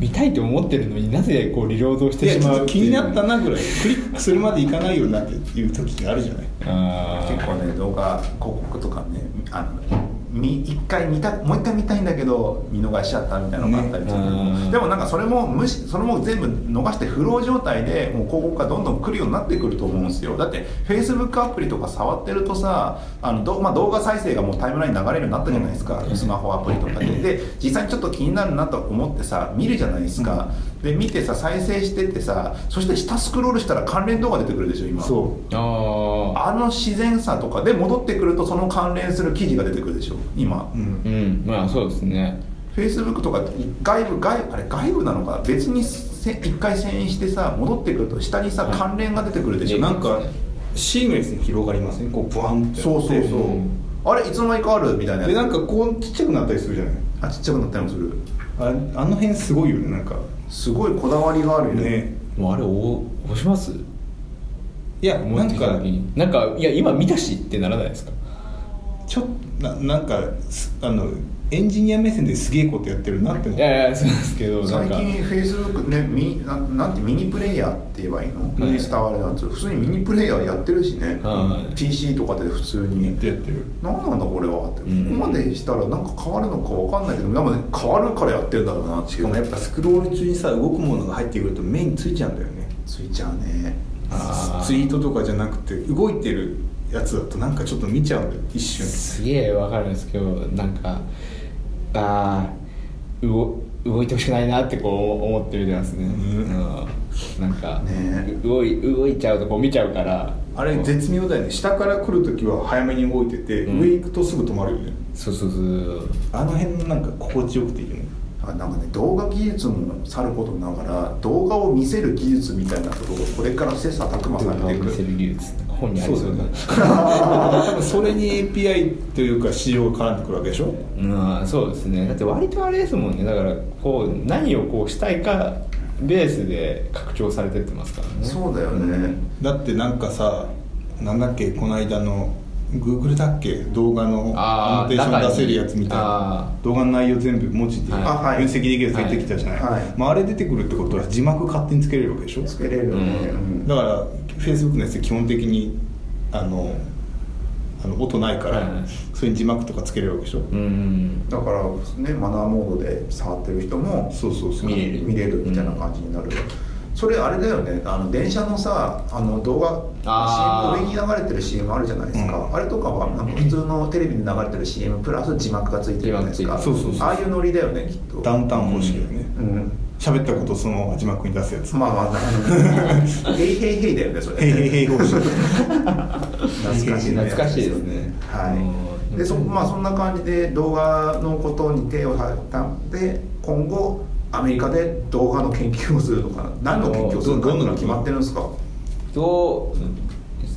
B: 見たいと思ってるのになぜこうリロードし
C: ルい
B: て
C: や
B: し
C: ちょ
B: ま
C: っ
B: う
C: と
B: って
C: 気
B: いう
C: になったなぐらいクリックするまでいかないよなっていう時があるじゃない
B: あ
A: 結構ね動画広告とかねあのみ一回見たもう一回見たいんだけど見逃しちゃったみたいなのがあったりするけど、
B: ねうん
A: でもなんかそれも無視それも全部逃してフロー状態でもう広告がどんどん来るようになってくると思うんですよだって Facebook アプリとか触ってるとさあのど、まあ、動画再生がもうタイムラインに流れるようになったじゃないですか、スマホアプリとかでで実際にちょっと気になるなと思ってさ見るじゃないですか、で見てさ再生してってさそして下スクロールしたら関連動画出てくるでしょ今
C: そ
B: ああ
A: あの自然さとかで戻ってくるとその関連する記事が出てくるでしょ今
C: う、うん
B: うんまあそうですね
A: フェイスブックとか外部外あれ外部なのか別にせ一回遷移してさ戻ってくると下にさ関連が出てくるでしょ、
B: うん
A: な
C: なんんかシームレスに広がりますねこうブワンって
A: そうそうそう、
B: うん
A: あれいつの間にかあるみたいな
C: で
A: や
C: なんかこうちっちゃくなったりするじゃない
A: つあちっちゃくなったりもする
C: ああの辺すごいよねなんか
A: すごいこだわりがあるよね
C: ね
B: もうあれお押します
C: いや
B: 思
C: な
B: っ
C: ん
B: てきた
C: か
B: 時になんかいや今見たしってならないですか
C: ちょっとななんかすあのエンジニア目線ですげえことやってるなって思
B: いうやいやそうですけどな
A: 最
B: んか
A: 近フェイスブックねミななんてミニプレイヤーって言えばいいの、
B: い
A: 伝わるなんて普通にミニプレイヤーやってるしね、
B: はい
A: PC とかで普通
C: やっ
A: に
C: てやってる
A: 何なんだこれはって、
B: うん
A: ここまでしたらなんか変わるのかわかんないけどでも、ね、変わるからやってるんだろうなってい
C: しか
A: う
C: もやっぱスクロール中にさ動くものが入ってくると目についちゃうんだよね
A: ついちゃうね
B: あー
C: ツイートとかじゃなくて動いてるやつだとなんかちょっと見ちゃうんだよ一瞬
B: すげえわかるんですけどなんかああ動動いてほしくないなってこう思って見てますね、
C: ん
B: うんなんか、
A: ね
B: 動い動いちゃうとこう見ちゃうから
C: あれ絶妙だよね下から来るときは早めに動いてて、
B: うん
C: 上行くとすぐ止まるよね
B: そうそうそう
C: あの辺のなんか心地よくていいよね
A: あなんかね動画技術もさることながら動画を見せる技術みたいなところこれから切磋琢磨されてい
B: 見せ
A: く
B: る技術本にあ
C: そう
B: り
C: です
B: そ
C: よ
B: うな
C: ね多分それに API というか仕様が絡んでくるわけでしょ
B: うんそうですねだって割とあれですもんねだからこう何をこうしたいかベースで拡張されてってますからね
A: そうだよね、
C: だってなんかさなんだっけこの間の Google だっけ動画の
B: あ
C: ア
B: ー
C: ノテーショ
B: 中
C: ン
B: に
C: 出せるやつみたい
B: あ
C: な動画の内容全部文字で
B: は
C: 分
B: い
A: あはい
C: 析できるやつ出てきたじゃない、
A: はい
C: まあ、あれ出てくるってことは字幕勝手につけれるわけでしょ
A: つけれるよね、
B: うん
A: うん
C: だから Facebook のやつって基本的にあのあの音ないから、
B: はい
C: それに字幕とかつけれるわけでしょ、
B: うん
A: だからねマナーモードで触ってる人も
C: そうそうそう
B: 見れる
A: 見れるみたいな感じになる、それあれだよねあの電車のさあの動画
B: あー
A: CM 上に流れてる CM あるじゃないですか、
C: うん
A: あれとかはなんか普通のテレビに流れてる CM プラス字幕がついてるじゃないですか
C: 字幕ついてるそうそうそう
A: ああいうノリだよねきっと
C: ダウンタウン方式だよね
A: うん
C: 喋、ったことをそのまま字幕に出すやつ、
A: まあまああのヘイヘイヘイだよねそれ
C: へいへいへい方式
A: 懐かしいね
B: 懐かしいですね
A: はい
B: うん
A: でそ,、まあ、そんな感じで動画のことに手を張ったんで今後アメリカで動画の研究をするのかな何の研究をするのかっていうのは決まってるんですか
B: どう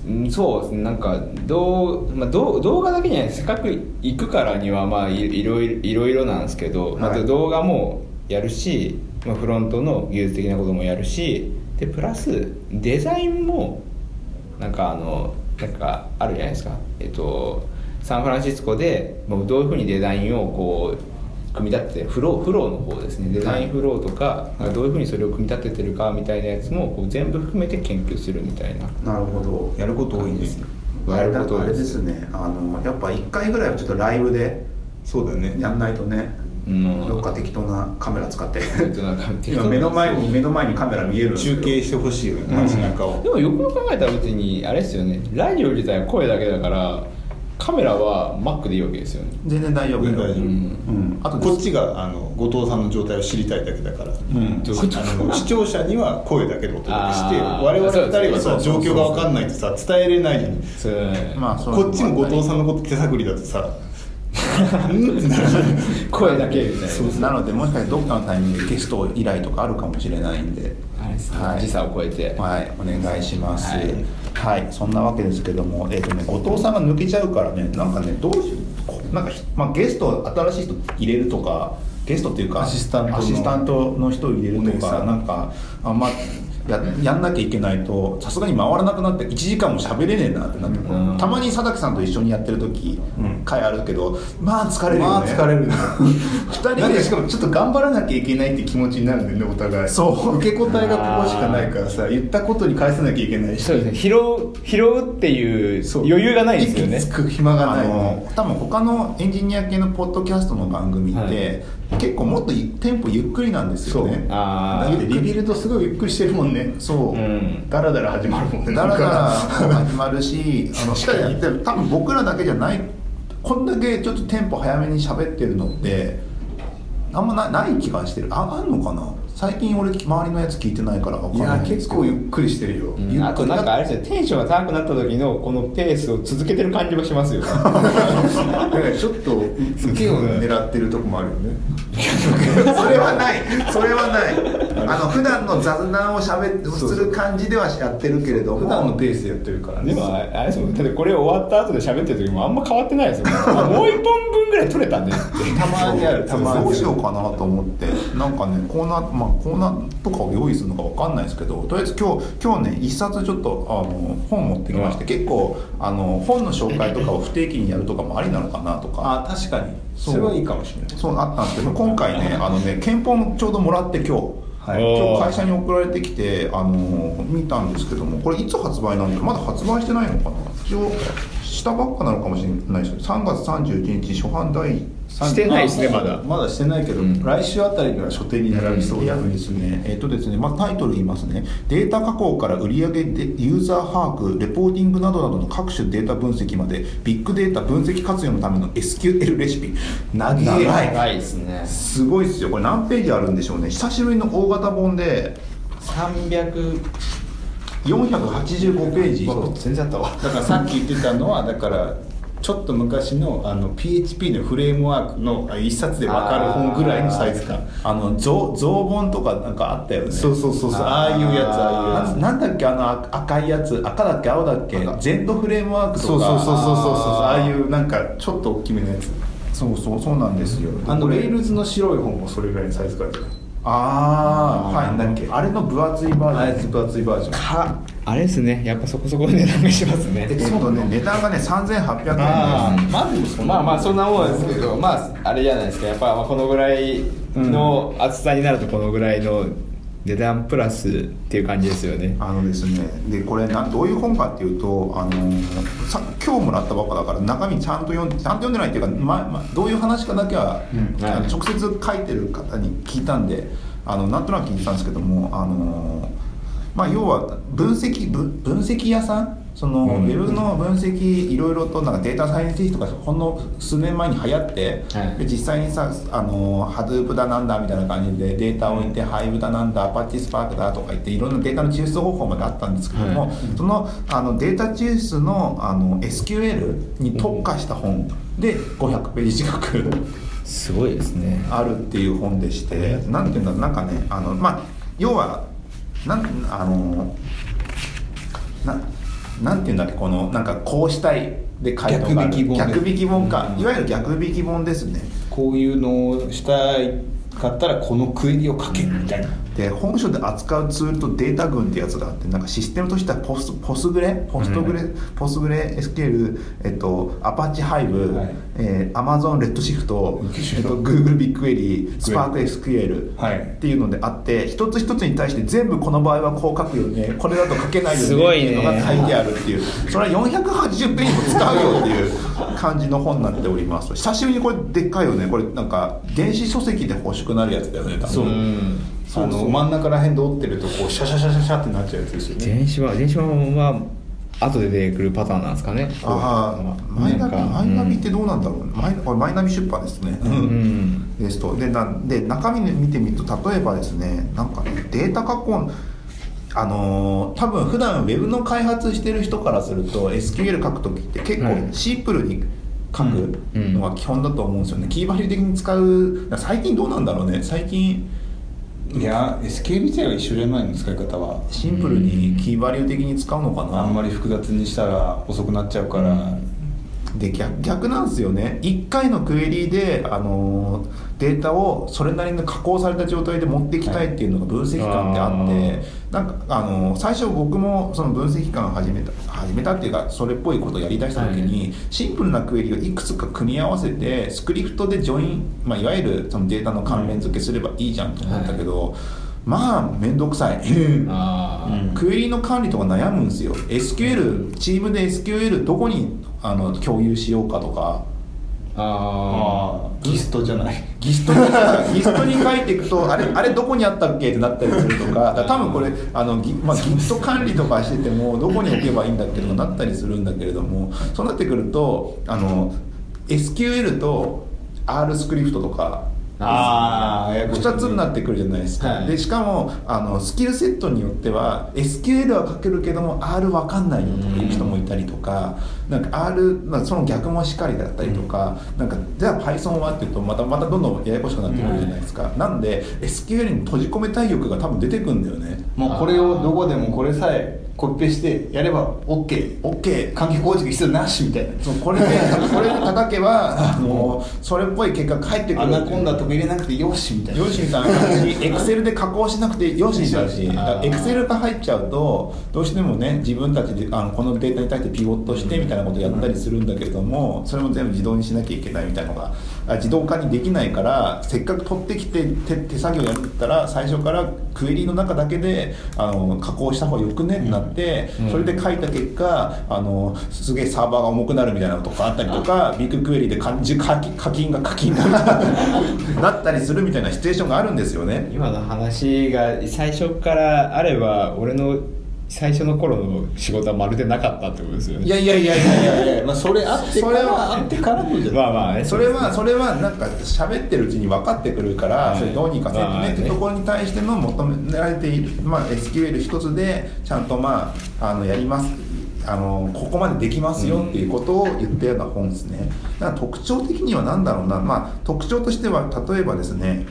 B: うんそうですねなんかどう、まあ、どう動画だけじゃないせっかく行くからにはまあいいろいろいろいろなんですけど、ま
A: はい
B: あ、動画もやるし、まあ、フロントの技術的なこともやるしでプラスデザインもなんかあのなんかあるじゃないですかえっとサンフランシスコでもうどういうふうにデザインをこう組み立ててフローフローの方ですねデザインフローとか、なんかどういうふうにそれを組み立ててるかみたいなやつもこう全部含めて研究するみたいな
A: なるほど
C: やること多いんですよ
A: あ
B: や
A: れ
B: る
A: だ
B: こと
A: あれ
B: で
A: ですすねあのやっぱ1回ぐらいはちょっとライブで
C: そうだよね
A: やんないとね、
B: うん
A: どっか適当なカメラ使って
B: 適当なカメラ
A: 今目の前に目の前にカメラ見えるんですけ
C: 中
A: ど
C: 継してほしいよね街中を、
B: でもよくよく考えたら別にあれですよねラジオ自体は声だけだからカメラは Mac でいいわけですよね
A: 全然大丈夫だよ
C: 全然大丈夫
B: うん
A: うん、あと
C: こっちがあの後藤さんの状態を知りたいだけだから、
A: うん
B: どういうこと
C: あの視聴者には声だけでお届けして
B: あー
C: 我々二人は
B: そうそ
C: さ
B: う
C: 状
B: そう
C: 況が分かんないとさ伝えれないじゃん
B: そう
A: まあそう
C: こっちも後藤さんのこと手探りだとさうんってなる
B: 声だけみたいな
A: そうなのでもしかしてどっかのタイミングでゲスト依頼とかあるかもしれないんで
B: あれですね
A: はい
B: 時差を超えて
A: はいお願いします
B: はい
A: はい、そんなわけですけどもえっ、とね後藤さんが抜けちゃうからねなんかねどうしようこなんか、まあ、ゲスト新しい人入れるとかゲストっていうか
C: アシスタントの
A: アシスタントの人を入れる
C: お
A: と
C: 姉
A: か
C: さん
A: なんかあんまややんなきゃいけないとさすがに回らなくなって1時間も喋れねえなってなってくる、
B: うん
A: たまに佐々木さんと一緒にやってる時、
C: うん
A: 回あるけどまあ疲れるよね、
C: まあ疲れる ね
A: 2人で
C: なんかしかもちょっと頑張らなきゃいけないって気持ちになるんだよねお互い
A: そう
C: 受け答えがここしかないからさ言ったことに返さなきゃいけないし
B: そうですね拾う拾うっていう余裕がないんですよね
C: 息つく暇が
A: あ
C: ない
A: の多分他のエンジニア系のポッドキャストの番組って、結構もっといテンポゆっくりなんですよね
C: そう
B: あ
C: だ
B: ー
C: けどリビルドすごいゆっくりしてるもんね
A: そう、
B: うん
C: ダラダラ始まるもんね
A: だ
C: な
A: ら
C: んか
A: だら始まる しあのしかも多分僕らだけじゃないこんだけちょっとテンポ早めに喋ってるのってあんまなない気がしてるああんのかな最近俺周りのやつ聞いてないから分
E: い
A: かんない
E: や
A: んです
E: 結
A: けど
E: 構ゆっくりしてるよ、
B: うんあとなんかあれですよテンションが高くなった時のこのペースを続けてる感じもします よ
E: だからちょっと受けを狙ってるとこもあるよね
A: それはないそれはないあの普段の雑談をしゃべする感じではやってるけれども
E: 普段のペースでやってるから
B: で
E: ね
B: もあれですもんだってこれ終わった後で喋ってる時もあんま変わってないですよもう一本分ぐらい取れ たね
E: たまにあるたまにある
A: どうしようかなと思ってなんかねコーナー、まあ、コーナーとかを用意するのか分かんないですけどとりあえず今日今日ね一冊ちょっとあの本持ってきまして、結構あの本の紹介とかを不定期にやるとかもありなのかなとか
E: あ確かに
A: そ
E: そうれはいいかもしれない
A: そうあったんですけど今回ねあのね憲法もちょうどもらって今日。
E: はい
A: 今日会社に送られてきて、あのー見たんですけどもこれいつ発売なんだろうまだ発売してないのかな一応したばっかなのかもしれないですけど3月31日初版第
B: してないですねまだ
E: まだしてないけど、
B: うん
E: 来週あたりには書店に並びそう
A: や
E: だ、
A: るんですね。えっ、とですね、まあ、タイトル言いますね。データ加工から売上でユーザー把握、レポーティングなどなどの各種データ分析まで、ビッグデータ分析活用のための SQL レシピ。長い。
B: 長いですね
A: すごいですよ。これ何ページあるんでしょうね。久しぶりの大型本で
B: 300
A: 485ページ。
B: 全然あったわ
E: だからさっき言ってたのはだからちょっと昔のあの PHP のフレームワークのあ一冊で分かる本ぐらいのサイズ感
A: あの増増本とかなんかあったよね。
E: そうそうそうそうああいうやつああ
A: な
E: いうや
A: なんだっけあの赤赤いやつ赤だっけ青だっけ全度フレームワーク
E: つ
A: とか
E: そうそうそうそうそうそうあ
A: あ
E: あ
A: あ
E: い
A: いう
E: うなんかちょっと大きめのやつ
A: そうそうそうなんですよ
E: あの
A: これ
E: レールズの白い本もそれぐらいのサイズ感じゃない
A: ああはい
E: なんだっけ
A: あれの分厚いバ
E: あ
A: ー
E: やつ
A: ジョン
E: 分厚いバージョン
B: かあれですねやっぱそこそこ値段がしますね
A: えっとね値段がね3800
B: あ
A: 円で
B: ー
A: す
E: まあでもそんな
B: まあまあそんなもんですけどまああれじゃないですかやっぱまあこのぐらいの厚さになるとこのぐらいの値段プラスっていう感じですよね
A: あのですねでこれなどういう本かっていうとあのさ今日もらったばっかだから中身ちゃんと読んちゃんと読んでないっていうか、まま、どういう話かだけは、
B: うん
A: あの
B: はい
A: 直接書いてる方に聞いたんであのなんとなく聞いたんですけどもあのまあ要は分析分分析屋さんその、
B: うん
A: ウェブの分析いろいろとなんかデータサイエンティストとかほんの数年前に流行って、
B: はい
A: で実際にさあの Hadoop だなんだみたいな感じでデータを置いて Hive だなんだ Apache Spark だとか言っていろんなデータの抽出方法まであったんですけども、
B: は
A: そのあのデータ抽出のあの SQL に特化した本で500ページ近く
B: すごいですね
A: あるっていう本でしてなんていうんだろうなんかねあのまあ要はなんあのななんていうんだっけこのなんかこうしたいで回答がある
E: 逆引き本
A: 逆引き本か、いわゆる逆引き本ですね、
E: こういうのをしたいかったらこのクエリをかけみたいな
A: で本書で扱うツールとデータ群ってやつがあってなんかシステムとしてはポスポスグレポストグレ、ポスグレ SQL、えっと、アパッチハイブ、
E: はい
A: えー、Amazon レッドシフト、えっと、Google ビッグエリースパーク SQL
E: はい
A: っていうのであって一つ一つに対して全部この場合はこう書くよねこれだと書けないよね
B: すごい
A: って
B: ね
A: いうのが書いてあるっていうそれは480ページも使うよっ ていう感じの本になっております久しぶりにこれでっかいよねこれなんか電子書籍で欲しくなるやつだよね多分
E: そうあの真ん中ら辺で折ってるとこうシャシャシャシャシャってなっちゃうやつですよね
B: 電子版電子版は後で出てくるパターンなんですかね
A: ああマイナビマイナビってどうなんだろう、マイこれマイナビ出版ですね、
B: ん
A: ですとでなんで中身見てみると例えばですねなんかねデータ加工あのー多分普段ウェブの開発してる人からすると SQL 書く時って結
B: はい
A: 構シンプルに書くのが基本だと思うんですよね、キーバリュー的に使う最近どうなんだろうね最近
E: いや SK 自体は一緒じゃないの使い方は
A: シンプルにキーバリュー的に使うのかな、
E: あんまり複雑にしたら遅くなっちゃうから、
A: で逆逆なんですよね1回のクエリで、あのーデータをそれなりの加工された状態で持ってきたいっていうのが分析官ってあって、
B: はい
A: なんか、あのー最初僕もその分析官を始めた始めたっていうかそれっぽいことをやりだした時に、シンプルなクエリをいくつか組み合わせてスクリプトでジョイン、まあ、いわゆるそのデータの関連付けすればいいじゃんと思ったけど、まあ面倒くさい。
B: あ
E: うん
A: クエリの管理とか悩むんですよ SQL チームで SQL どこにあの共有しようかとか
B: ああ
E: ああギストじゃない
A: ギストにギストに書いていくとあれあれどこにあったっけってなったりするとかだから多分これあのギ,、まあ、ギスト管理とかしててもどこに置けばいいんだっけとかなったりするんだけれどもそうなってくるとあの SQL と R スクリプトとか
B: ああややこしい
A: 2つになってくるじゃないですか、
B: はい
A: でしかもあのスキルセットによっては SQL は書けるけども R わかんないよとかいう人もいたりとかなんか R、まあ、その逆もしっかりだったりとか,、なんかじゃあ Python はっていうとまたまたどんどんややこしくなってくるじゃないですか、なんで SQL に閉じ込めたい欲が多分出てくるんだよね
E: もうこれをどこでもこれさえコピペしてやれば OK
A: OK
E: 関係構築必要なしみたいな
A: そうこれでこれで叩けば あのそれっぽい結果返ってくる
E: アナコンダとか入れなくてよしみたいな
A: よしみたいな感 じエクセルで加工しなくてよしみたいなし
B: あー
A: エクセルが入っちゃうとどうしてもね自分たちであのこのデータに対してピボットしてみたいなことやったりするんだけれどもそれも全部自動にしなきゃいけないみたいなのがあ自動化にできないからせっかく取ってきて手手作業やったら最初からクエリの中だけであの加工した方がよくねってなって、
B: うん
A: それで書いた結果あのすげえサーバーが重くなるみたいなのとかあったりとかビッグクエリで漢字課金課金が課金になる なったりするみたいなシチュエーションがあるんですよね。
B: 今の話が最初からあれば俺の最初の頃の仕事はまるでなかったってことですよね
A: いやいやいやいやいや
E: いやいやまあそれあってか
A: それは
E: らあってからのじゃない
B: まあまあね
A: それはそれはなんか喋ってるうちに分かってくるから、
B: はい
A: それどうにかせんと
B: まあ
A: ね
B: ね
A: ってところに対しての求められている、まあ、SQL 一つでちゃんとまああのやりますあのここまでできますよっていうことを言ったような本ですねだから特徴的には何だろうな、まあ、特徴としては例えばですね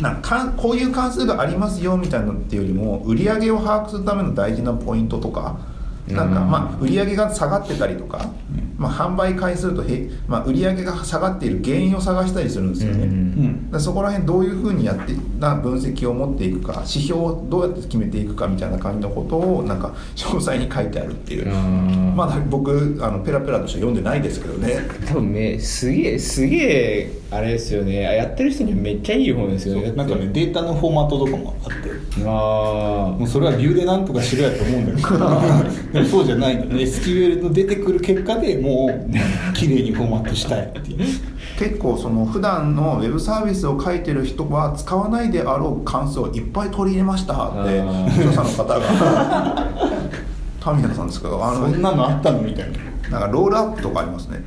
A: なんかかんこういう関数がありますよみたいなのっていうよりも売り上げを把握するための大事なポイントとかなんか
B: うん
A: まあ売り上げが下がってたりとか、まあ、販売回数とへ、まあ、売り上げが下がっている原因を探したりするんですよね、
B: うんうん
A: だからそこら辺どういうふうにやってな分析を持っていくか指標をどうやって決めていくかみたいな感じのことをなんか 詳細に書いてあるっていう、
B: うん
A: まだ僕あのペラペラとして読んでないですけどね
B: 多分ねすげえすげえあれですよねやってる人にはめっちゃいい本ですよね
E: なんかねデータのフォーマットとかもあって
B: あ
E: もうそれはビューでなんとかしろやと思うんだけどでもそうじゃないのね SQL の出てくる結果でもう綺麗にフォーマットしたいっていう
A: 結構その普段のウェブサービスを書いてる人は使わないであろう関数をいっぱい取り入れましたって
B: あー
A: 著者の方が タミヤさんですけどあ
E: そ
A: の
E: んなのあったのみたいな
A: なんかロールアップとかありますね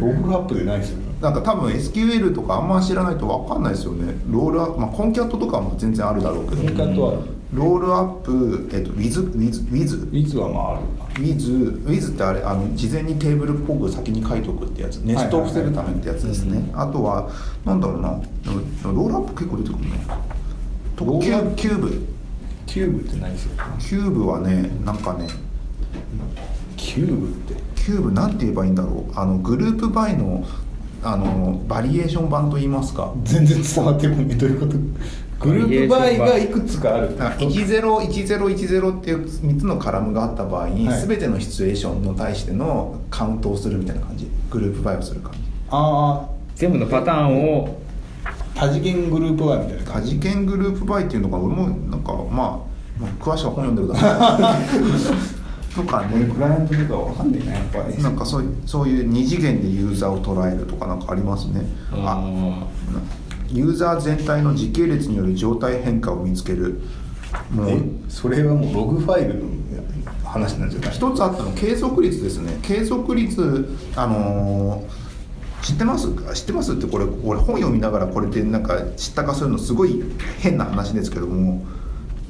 E: ロールアップでないですよね
A: なんか多分 SQL とかあんま知らないと分かんないですよねロールアップ、まあ、コンキャットとかも全然あるだろうけど
E: 変換とは
A: ロールアップ、えっと、with with with
E: いつはまあある
A: with with ってあれあの事前にテーブルっぽく先に書いておくってやつネストを防ぐためってやつですね、あとはなんだろうなでもでもロールアップ結構出てくるね特急キューブ
E: キューブって何ですよ
A: キューブはねなんかね
E: キューブって
A: キューブなんて言えばいいんだろうあのグループバイのあのバリエーション版といいますか
E: 全然伝わってこないどういうことグループバイがいくつかある
A: だから101010っていう3つのカラムがあった場合に、
E: はい
A: 全てのシチュエーションの対してのカウントをするみたいな感じグループバイをする感じ
E: あ
B: ー全部のパターンを
E: あ多次元グループバイみたいな
A: 多次元グループバイっていうのが俺もなんかまあ、まあ詳しくは本読んでくださ いとかね
E: ライアントとかわかんないなやっぱ
A: なんかそういうそういう2次元でユーザーを捉えるとかなんかありますねあ
B: あ
A: ユーザー全体の時系列による状態変化を見つけるもう
E: えそれはもうログファイルの話なんじゃない
A: 一つあったの継続率ですね継続率あのー知ってます知ってますってこれ俺本読みながらこれでなんか知ったかするのすごい変な話ですけども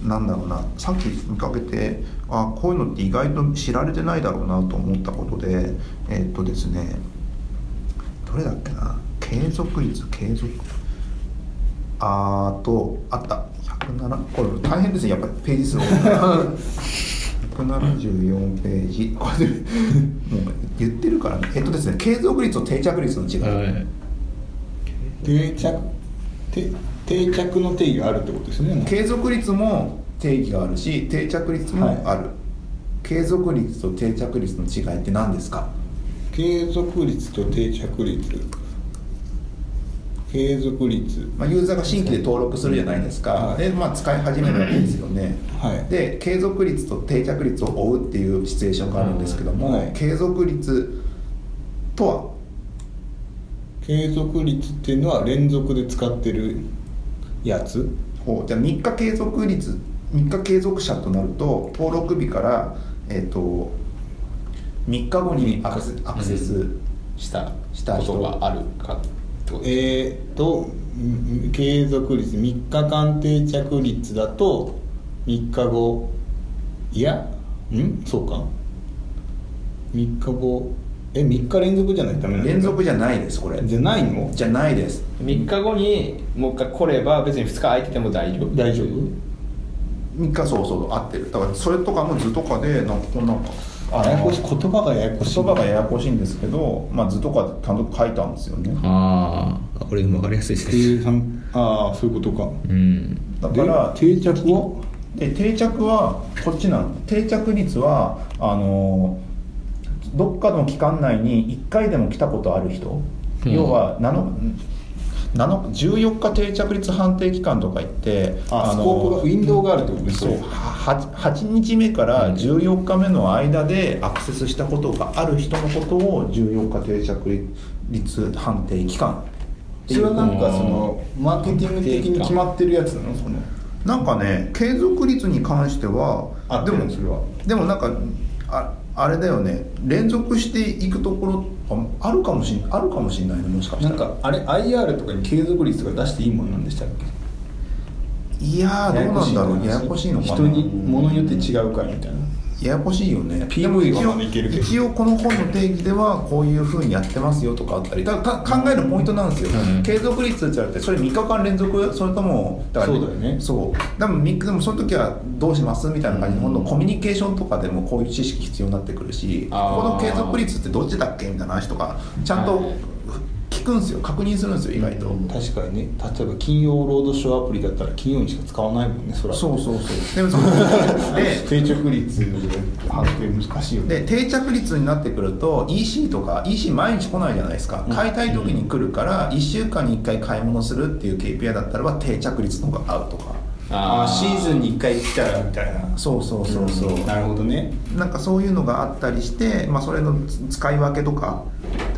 A: なんだろうなさっき見かけてあこういうのって意外と知られてないだろうなと思ったことでえっとですねどれだっけな継続率継続あーとあった107これ大変ですねやっぱりページ数多いから174ページこれでもう言ってるからねえっとですね継続率と定着率の違い、
B: はい
E: 定着て定着の定義があるってことですねもう
A: 継続率も定義があるし定着率もある、継続率と定着率の違いって何ですか
E: 継続率と定着率継続率
A: まあ、ユーザーが新規で登録するじゃないですか、
E: はい
A: で、まあ、使い始めるわけですよね、
E: はい
A: で継続率と定着率を追うっていうシチュエーションがあるんですけども、
E: はい
A: 継続率とは
E: 継続率っていうのは連続で使ってるやつ
A: ほうじゃあ3日継続率3日継続者となると登録日から、えっと3日後にアクセアクセス
E: した
A: した
E: ことがあるか
B: ってこと
C: えーっとん継続率3日間定着率だと3日後いやんそうか3日後え3日連続じゃないダメなの
A: 連続じゃないですこれ
C: じゃないの
A: じゃないです
B: 3日後にもう一回来れば別に2日空いてても大丈夫
C: 大丈夫
A: 3日そうそう合ってるだからそれとかも図とかでなんかこんなんかあの
C: ややこしい言葉がややこしい
A: 言葉がややこしいんですけど、まあ、図とかで単独書いたんですよね
B: ああこれ分かりやすいです
C: 定産ああそういうことか
B: うん
A: だから
C: で定着は
A: で定着はこっちなの定着率はあのどっかの期間内に1回でも来たことある人、
B: うん
A: 要は7 7 14日定着率判定期間とか言って
C: あ
A: あ
C: ス
A: の
C: コープがウィンドウがあるってことね
A: そうは 8, 日目から14日目の間でアクセスしたことがある人のことを14日定着率判定期間
C: それはなんかそのマーケティング的に決まってるやつなのその
A: なんかね継続率に関しては
C: 合って
A: で
C: る
A: も
C: それは
A: でもなんかああれだよね連続していくところああるかもしんあるかもしれないねもしかした
C: な
A: ら
C: んかあれ IR とかに継続率とか出していいもんなんでしたっけ
A: いやーどうなんだろうや
C: や
A: やこしいのかな
C: 人にものによって違うからみたいな
A: ややこしいよね
C: PV
A: でも一
C: はま
A: 応
C: だいけるけど
A: 一応この本の定義ではこういうふうにやってますよとかあったりだからか考えるポイントなんですよ、
B: うん
A: 継続率って言われてそれ3日間連続それともだから
C: そうだよね
A: そうでもみでもその時はどうしますみたいな感じで、ほんとコミュニケーションとかでもこういう知識必要になってくるしこ
B: あー
A: この継続率ってどっちだっけみたいな話とかちゃん
B: は
A: と
B: い
A: 聞くんですよ確認するんですよ意外と。
C: 確かにね例えば金曜ロードショーアプリだったら金曜にしか使わないもんねそら
A: そうそうそうでもそので
C: 定着率の判定難しいよね
A: で定着率になってくると EC とか EC 毎日来ないじゃないですか買いたい時に来るから1週間に1回買い物するっていう KPI だったらば定着率の方が合うとか
C: ああシーズンに1回来たらみたいな
A: そうそうそうそう、
C: なるほどね
A: なんかそういうのがあったりして、まあ、それの使い分けとか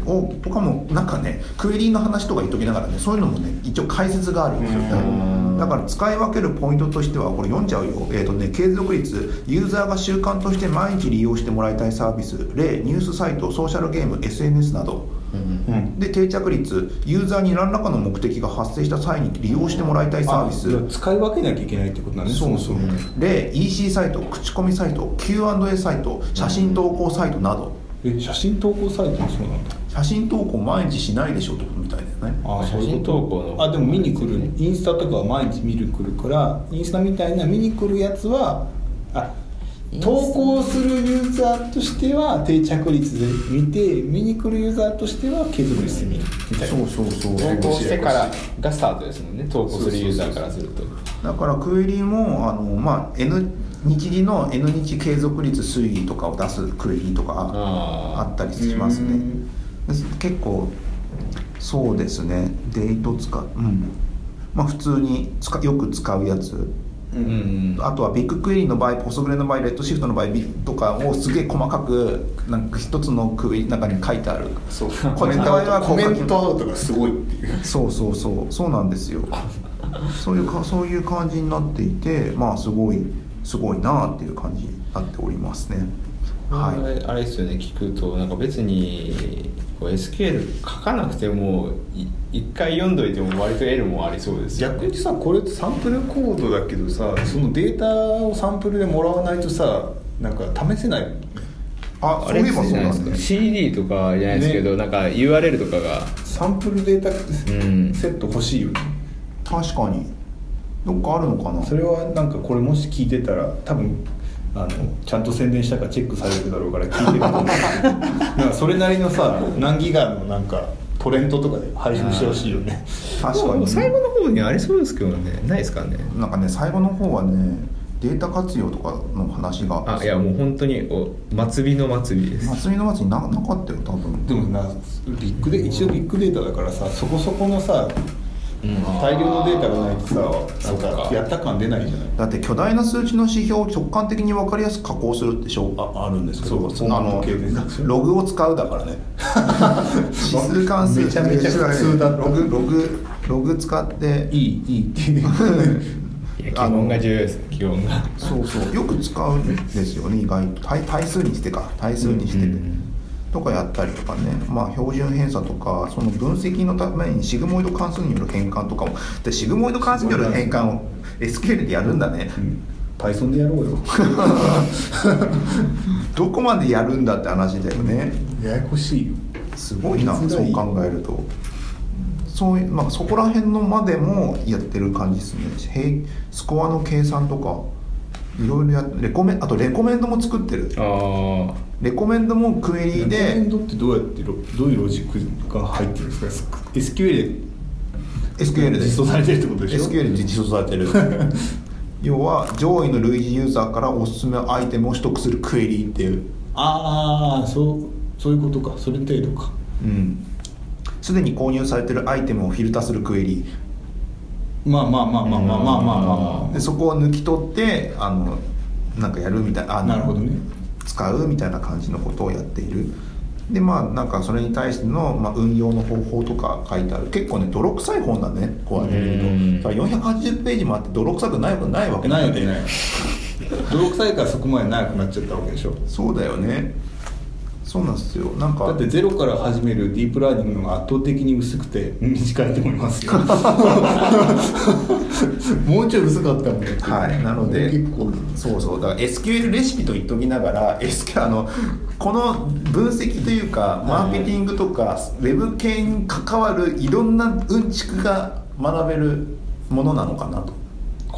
A: をとかもなんかねクエリの話とか言っときながらねそういうのもね一応解説があるんですよ
B: うん
A: だから使い分けるポイントとしてはこれ読んじゃうよ、えーとね、継続率ユーザーが習慣として毎日利用してもらいたいサービス例ニュースサイトソーシャルゲーム SNS など
C: うん
A: で定着率ユーザーに何らかの目的が発生した際に利用してもらいたいサービス
C: あ使い分けなきゃいけないってことなんね
A: そうそう
C: もも
A: 例 EC サイト口コミサイト Q&A サイト写真投稿サイトなど
C: え写真投稿サイトもそうなんだ
A: 写真投稿毎日しないでしょってことみたいだよね
C: あ
B: 写真投稿の
C: あでも見に来るインスタとかは毎日見る来るからインスタみたいな見に来るやつはあ投稿するユーザーとしては定着率で見て見に来るユーザーとしては継続率で見るみたいな
A: そうそうそう
B: 投稿してからがスタートですもんね投稿するユーザーからすると
A: だからクエリもあの、まあ、N 日時の N 日継続率推移とかを出すクエリとかあ
B: あ
A: ったりします
C: う
A: ね
C: ん
A: です結構そうですねデート使ううんまあ普通に使よく使うやつ
B: うんうん
A: あとはビッグクエリの場合ポストグレの場合レッドシフトの場合ビとかをすげえ細かくなんか一つのクエリの中に書いてある
C: そう
A: コメントは
C: コメントとかすごいっていう
A: そうそうそうそうなんですよそういうかそういう感じになっていてまあすごいすごいなあっていう感じになっておりますね
B: は、
A: はい
B: あれですよね聞くとなんか別にこう SQL 書かなくてもい一回読んどいても割と得るもんありそうですよ、ね、
C: 逆にさこれってサンプルコードだけどさそのデータをサンプルでもらわないとさなんか試せないよね
A: あそういえばそうなんだ
B: ね CD とかじゃないですけど、なんか URL とかが
C: サンプルデータ
B: ん
C: セット欲しいよね、
A: 確かにどっかあるのかな
C: それはなんかこれもし聞いてたら多分あのちゃんと宣伝したかチェックされるだろうから聞いてると思うなんかそれなりのさ何ギガのなんかトレンドとかで配信してほしいよね
A: 確かに
B: 最後の方にありそうですけどねないですかね
A: なんかね最後の方はねデータ活用とかの話が
B: あいやもう本当にこう末尾の末尾です
A: 祭りの街にななかったよ多分
C: でもなビッグで一応ビッグデータだからさそこそこのさ大量のデータがないとさなんかやった感出ないじゃない
A: だって巨大な数値の指標を直感的に分かりやすく加工するってしょああるんですけど
C: そう
A: あ
C: そう
A: の
C: 系です
A: ログを使うだからね指数関数
C: めちゃめちゃ普通だった
A: ログログログ使って
C: いいいいっていう
B: いや基本が重要ですね基本が
A: そうそうよく使うんですよね意外と対対数にしてか対数にしてて、
B: うん
A: とかやったりとかね、まあ、標準偏差とかその分析のためにシグモイド関数による変換とかもでシグモイド関数による変換を SQL でやるんだね、
E: Python でやろうよ
A: どこまでやるんだって話だよね、
C: ややこしいよ
A: すごいな
C: 見づ
A: そ
C: らいう
A: 考えるとそういう、まあ、そこら辺のまでもやってる感じですね平スコアの計算とかいろいろやっレコメンあとレコメンドも作ってる
B: あ
A: レコメンドもクエリ
C: レコメン
A: で
C: ドってどうやってロどういうロジックが入ってるんですか SQL で
A: SQL で
C: 実装されてるってことでしょ
A: SQL で実装されてる 要は上位の類似ユーザーからおすすめアイテムを取得するクエリっていう
E: ああそうそういうことかそれ程度か
A: うんすでに購入されてるアイテムをフィルターするクエリ
E: まあまあまあまあまあまあまあまあま
A: でそこを抜き取ってあのなんかやるみたいなあ
E: あ
A: の
E: なるほどね
A: 使うみたいな感じのことをやっているでまあなんかそれに対しての、まあ、運用の方法とか書いてある結構ね泥臭い本だねこうやって見るとだから480ページもあって泥臭くないことないわけ
E: ない
A: ん
E: よ
A: で
E: ねない泥臭いからそこまで長くなっちゃったわけでしょ
A: そうだよねそうなんですよなんか
E: だってゼロから始めるディープラーニングの方が圧倒的に薄くて短いと思いますよ
C: もうちょい薄かったもんね
A: はいなので
C: 結構
A: そうそうだから SQL レシピと言っときながら SQL あのこの分析というかマーケティングとかウェブ系に関わるいろんなうんちくが学べるものなのかなと。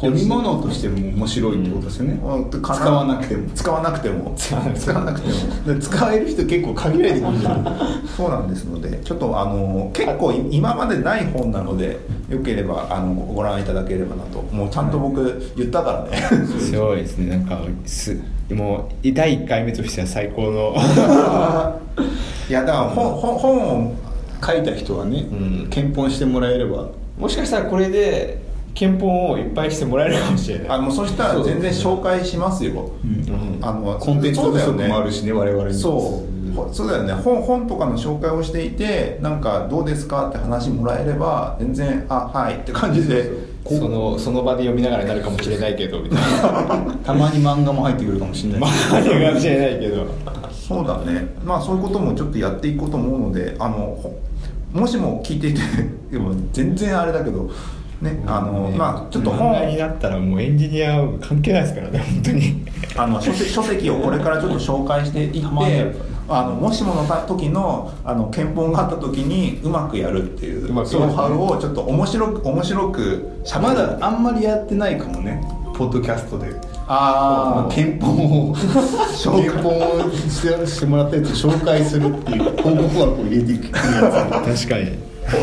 E: 読み物としても面白いってことですよね、
A: 使
E: 使わなくても
A: 使わなく ても使わなくても
C: だから使える人結構限られてくるじゃん
A: そうなんですのでちょっとあの結構い今までない本なのでよければあのご覧いただければなともうちゃんと僕言ったからね、
B: あすごいですねなんかすもう第1回目としては最高の
A: い、やだから本本本を
E: 書いた人はね、
A: ん
E: 検本してもらえれば
B: もしかしたらこれで憲法をいっぱいしてもらえるかもしれない
A: あのそしたら全然紹介しますよ、
E: ん
A: あの
E: コンテンツ不
A: そ
E: 足
A: うだよね
E: もあるしね我々に
A: そうほそうだよね本本とかの紹介をしていてなんかどうですかって話もらえれば全然あはいって感じで
B: そのその場で読みながらになるかもしれない けどみたいな
E: たまに漫画も入ってくるかもしれない
B: まああるかもしれないけど
A: そうだねまあそういうこともちょっとやっていこうと思うのであのほもしも聞いていてでも全然あれだけどねあの
B: ね
A: まあちょっと
B: 問題に
A: 本
B: なったらもうエンジニアは関係ないですからね本当に
A: あの書籍書籍をこれからちょっと紹介していって
E: たまにあるか
A: あのもしものた時のあの憲法があった時にうまくやるっていう
B: うまくや
A: そ
B: る
A: のハウをちょっと面白く面白くしゃべ
E: ま
A: る
E: だあんまりやってないかもねポッドキャストで
A: あー
E: 検本を
A: 介
E: 検本をしてしてもらったやつを紹介するっていう
C: 広告枠を入れていくや
B: 確かに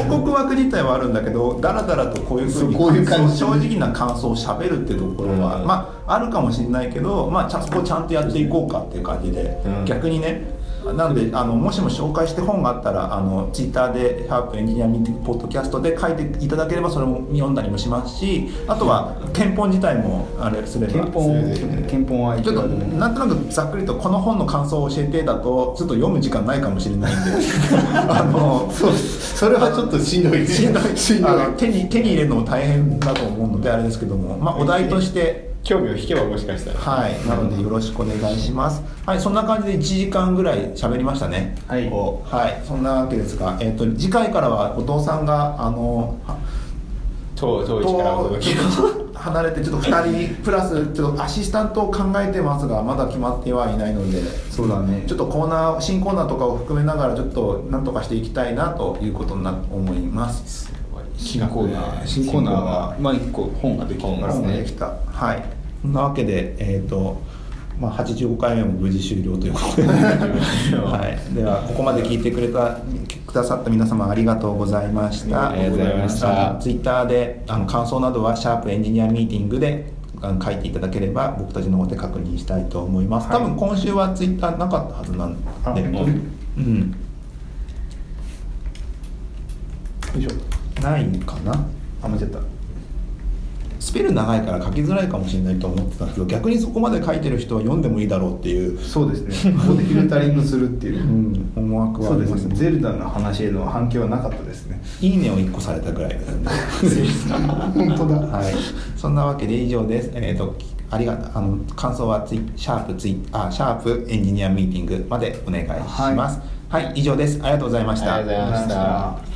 A: 報告枠自体はあるんだけどだらだらとこういうふうに
C: そうこういう感じ
A: そう正直な感想をしゃべるってところは、
B: うん
A: まああるかもしれないけど、まあ、ちゃんそこちゃんとやっていこうかっていう感じで、
B: うん
A: 逆にねなんであのもしも紹介して本があったらあのツイッターで「ハープエンジニアミーティングポッドキャスト」で書いていただければそれも読んだりもしますしあとは憲法自体もあれすれば
E: 検本を検本は
A: ちょっとなんとなくざっくりとこの本の感想を教えてだとちょっと読む時間ないかもしれない んであの
C: つそうそれはちょっとしんどい
A: しんどい
C: しんどい
A: あの手に手に入れるのも大変だと思うのであれですけども、まあ、お題として
B: 興味を引けばもしかしたら
A: はいなのでよろしくお願いしますはいそんな感じで1時間ぐらい喋りましたね
E: はい
A: おはいそんなわけですが、えっと次回からは後藤さんがあのは
B: 当当時からお届け
A: 離れてちょっと2人プラスちょっとアシスタントを考えてますがまだ決まってはいないので
E: そうだね
A: ちょっとコーナー新コーナーとかを含めながらちょっとなんとかしていきたいなということにな思います
E: 新コーナー新コーナーはまあ一個本ができるから
B: 本が
A: できたはいそんなわけでえっ、とまあ85回目も無事終了ということで、はい、ではここまで聞いてくれたくださった皆様ありがとうございました
B: ありがとうございました
A: ツイッターであの感想などは「シャープエンジニアミーティングで」あの書いていただければ僕たちの方で確認したいと思います、多分今週はツイッターなかったはずなんで
C: あ本当に
A: うん
C: よいしょ
A: ないかなあ間違ったスペル長いから書きづらいかもしれないと思ってたんですけど逆にそこまで書いてる人は読んでもいいだろうっていう、、
E: そうですねここでフィルタリングするっていううん
A: 思惑は
E: そ
A: あ
E: う
A: り
E: です
A: ます
E: ね
A: ね
E: ゼルダの話への反響はなかったですね
A: いいねを1個されたぐらいですね
E: 本当だ
A: はいそんなわけで以上ですえっ、とありがあの感想はツイシャープツイあシャープエンジニアミーティングまでお願いします、
F: はい以上ですありがとうございました
A: ありがとうございました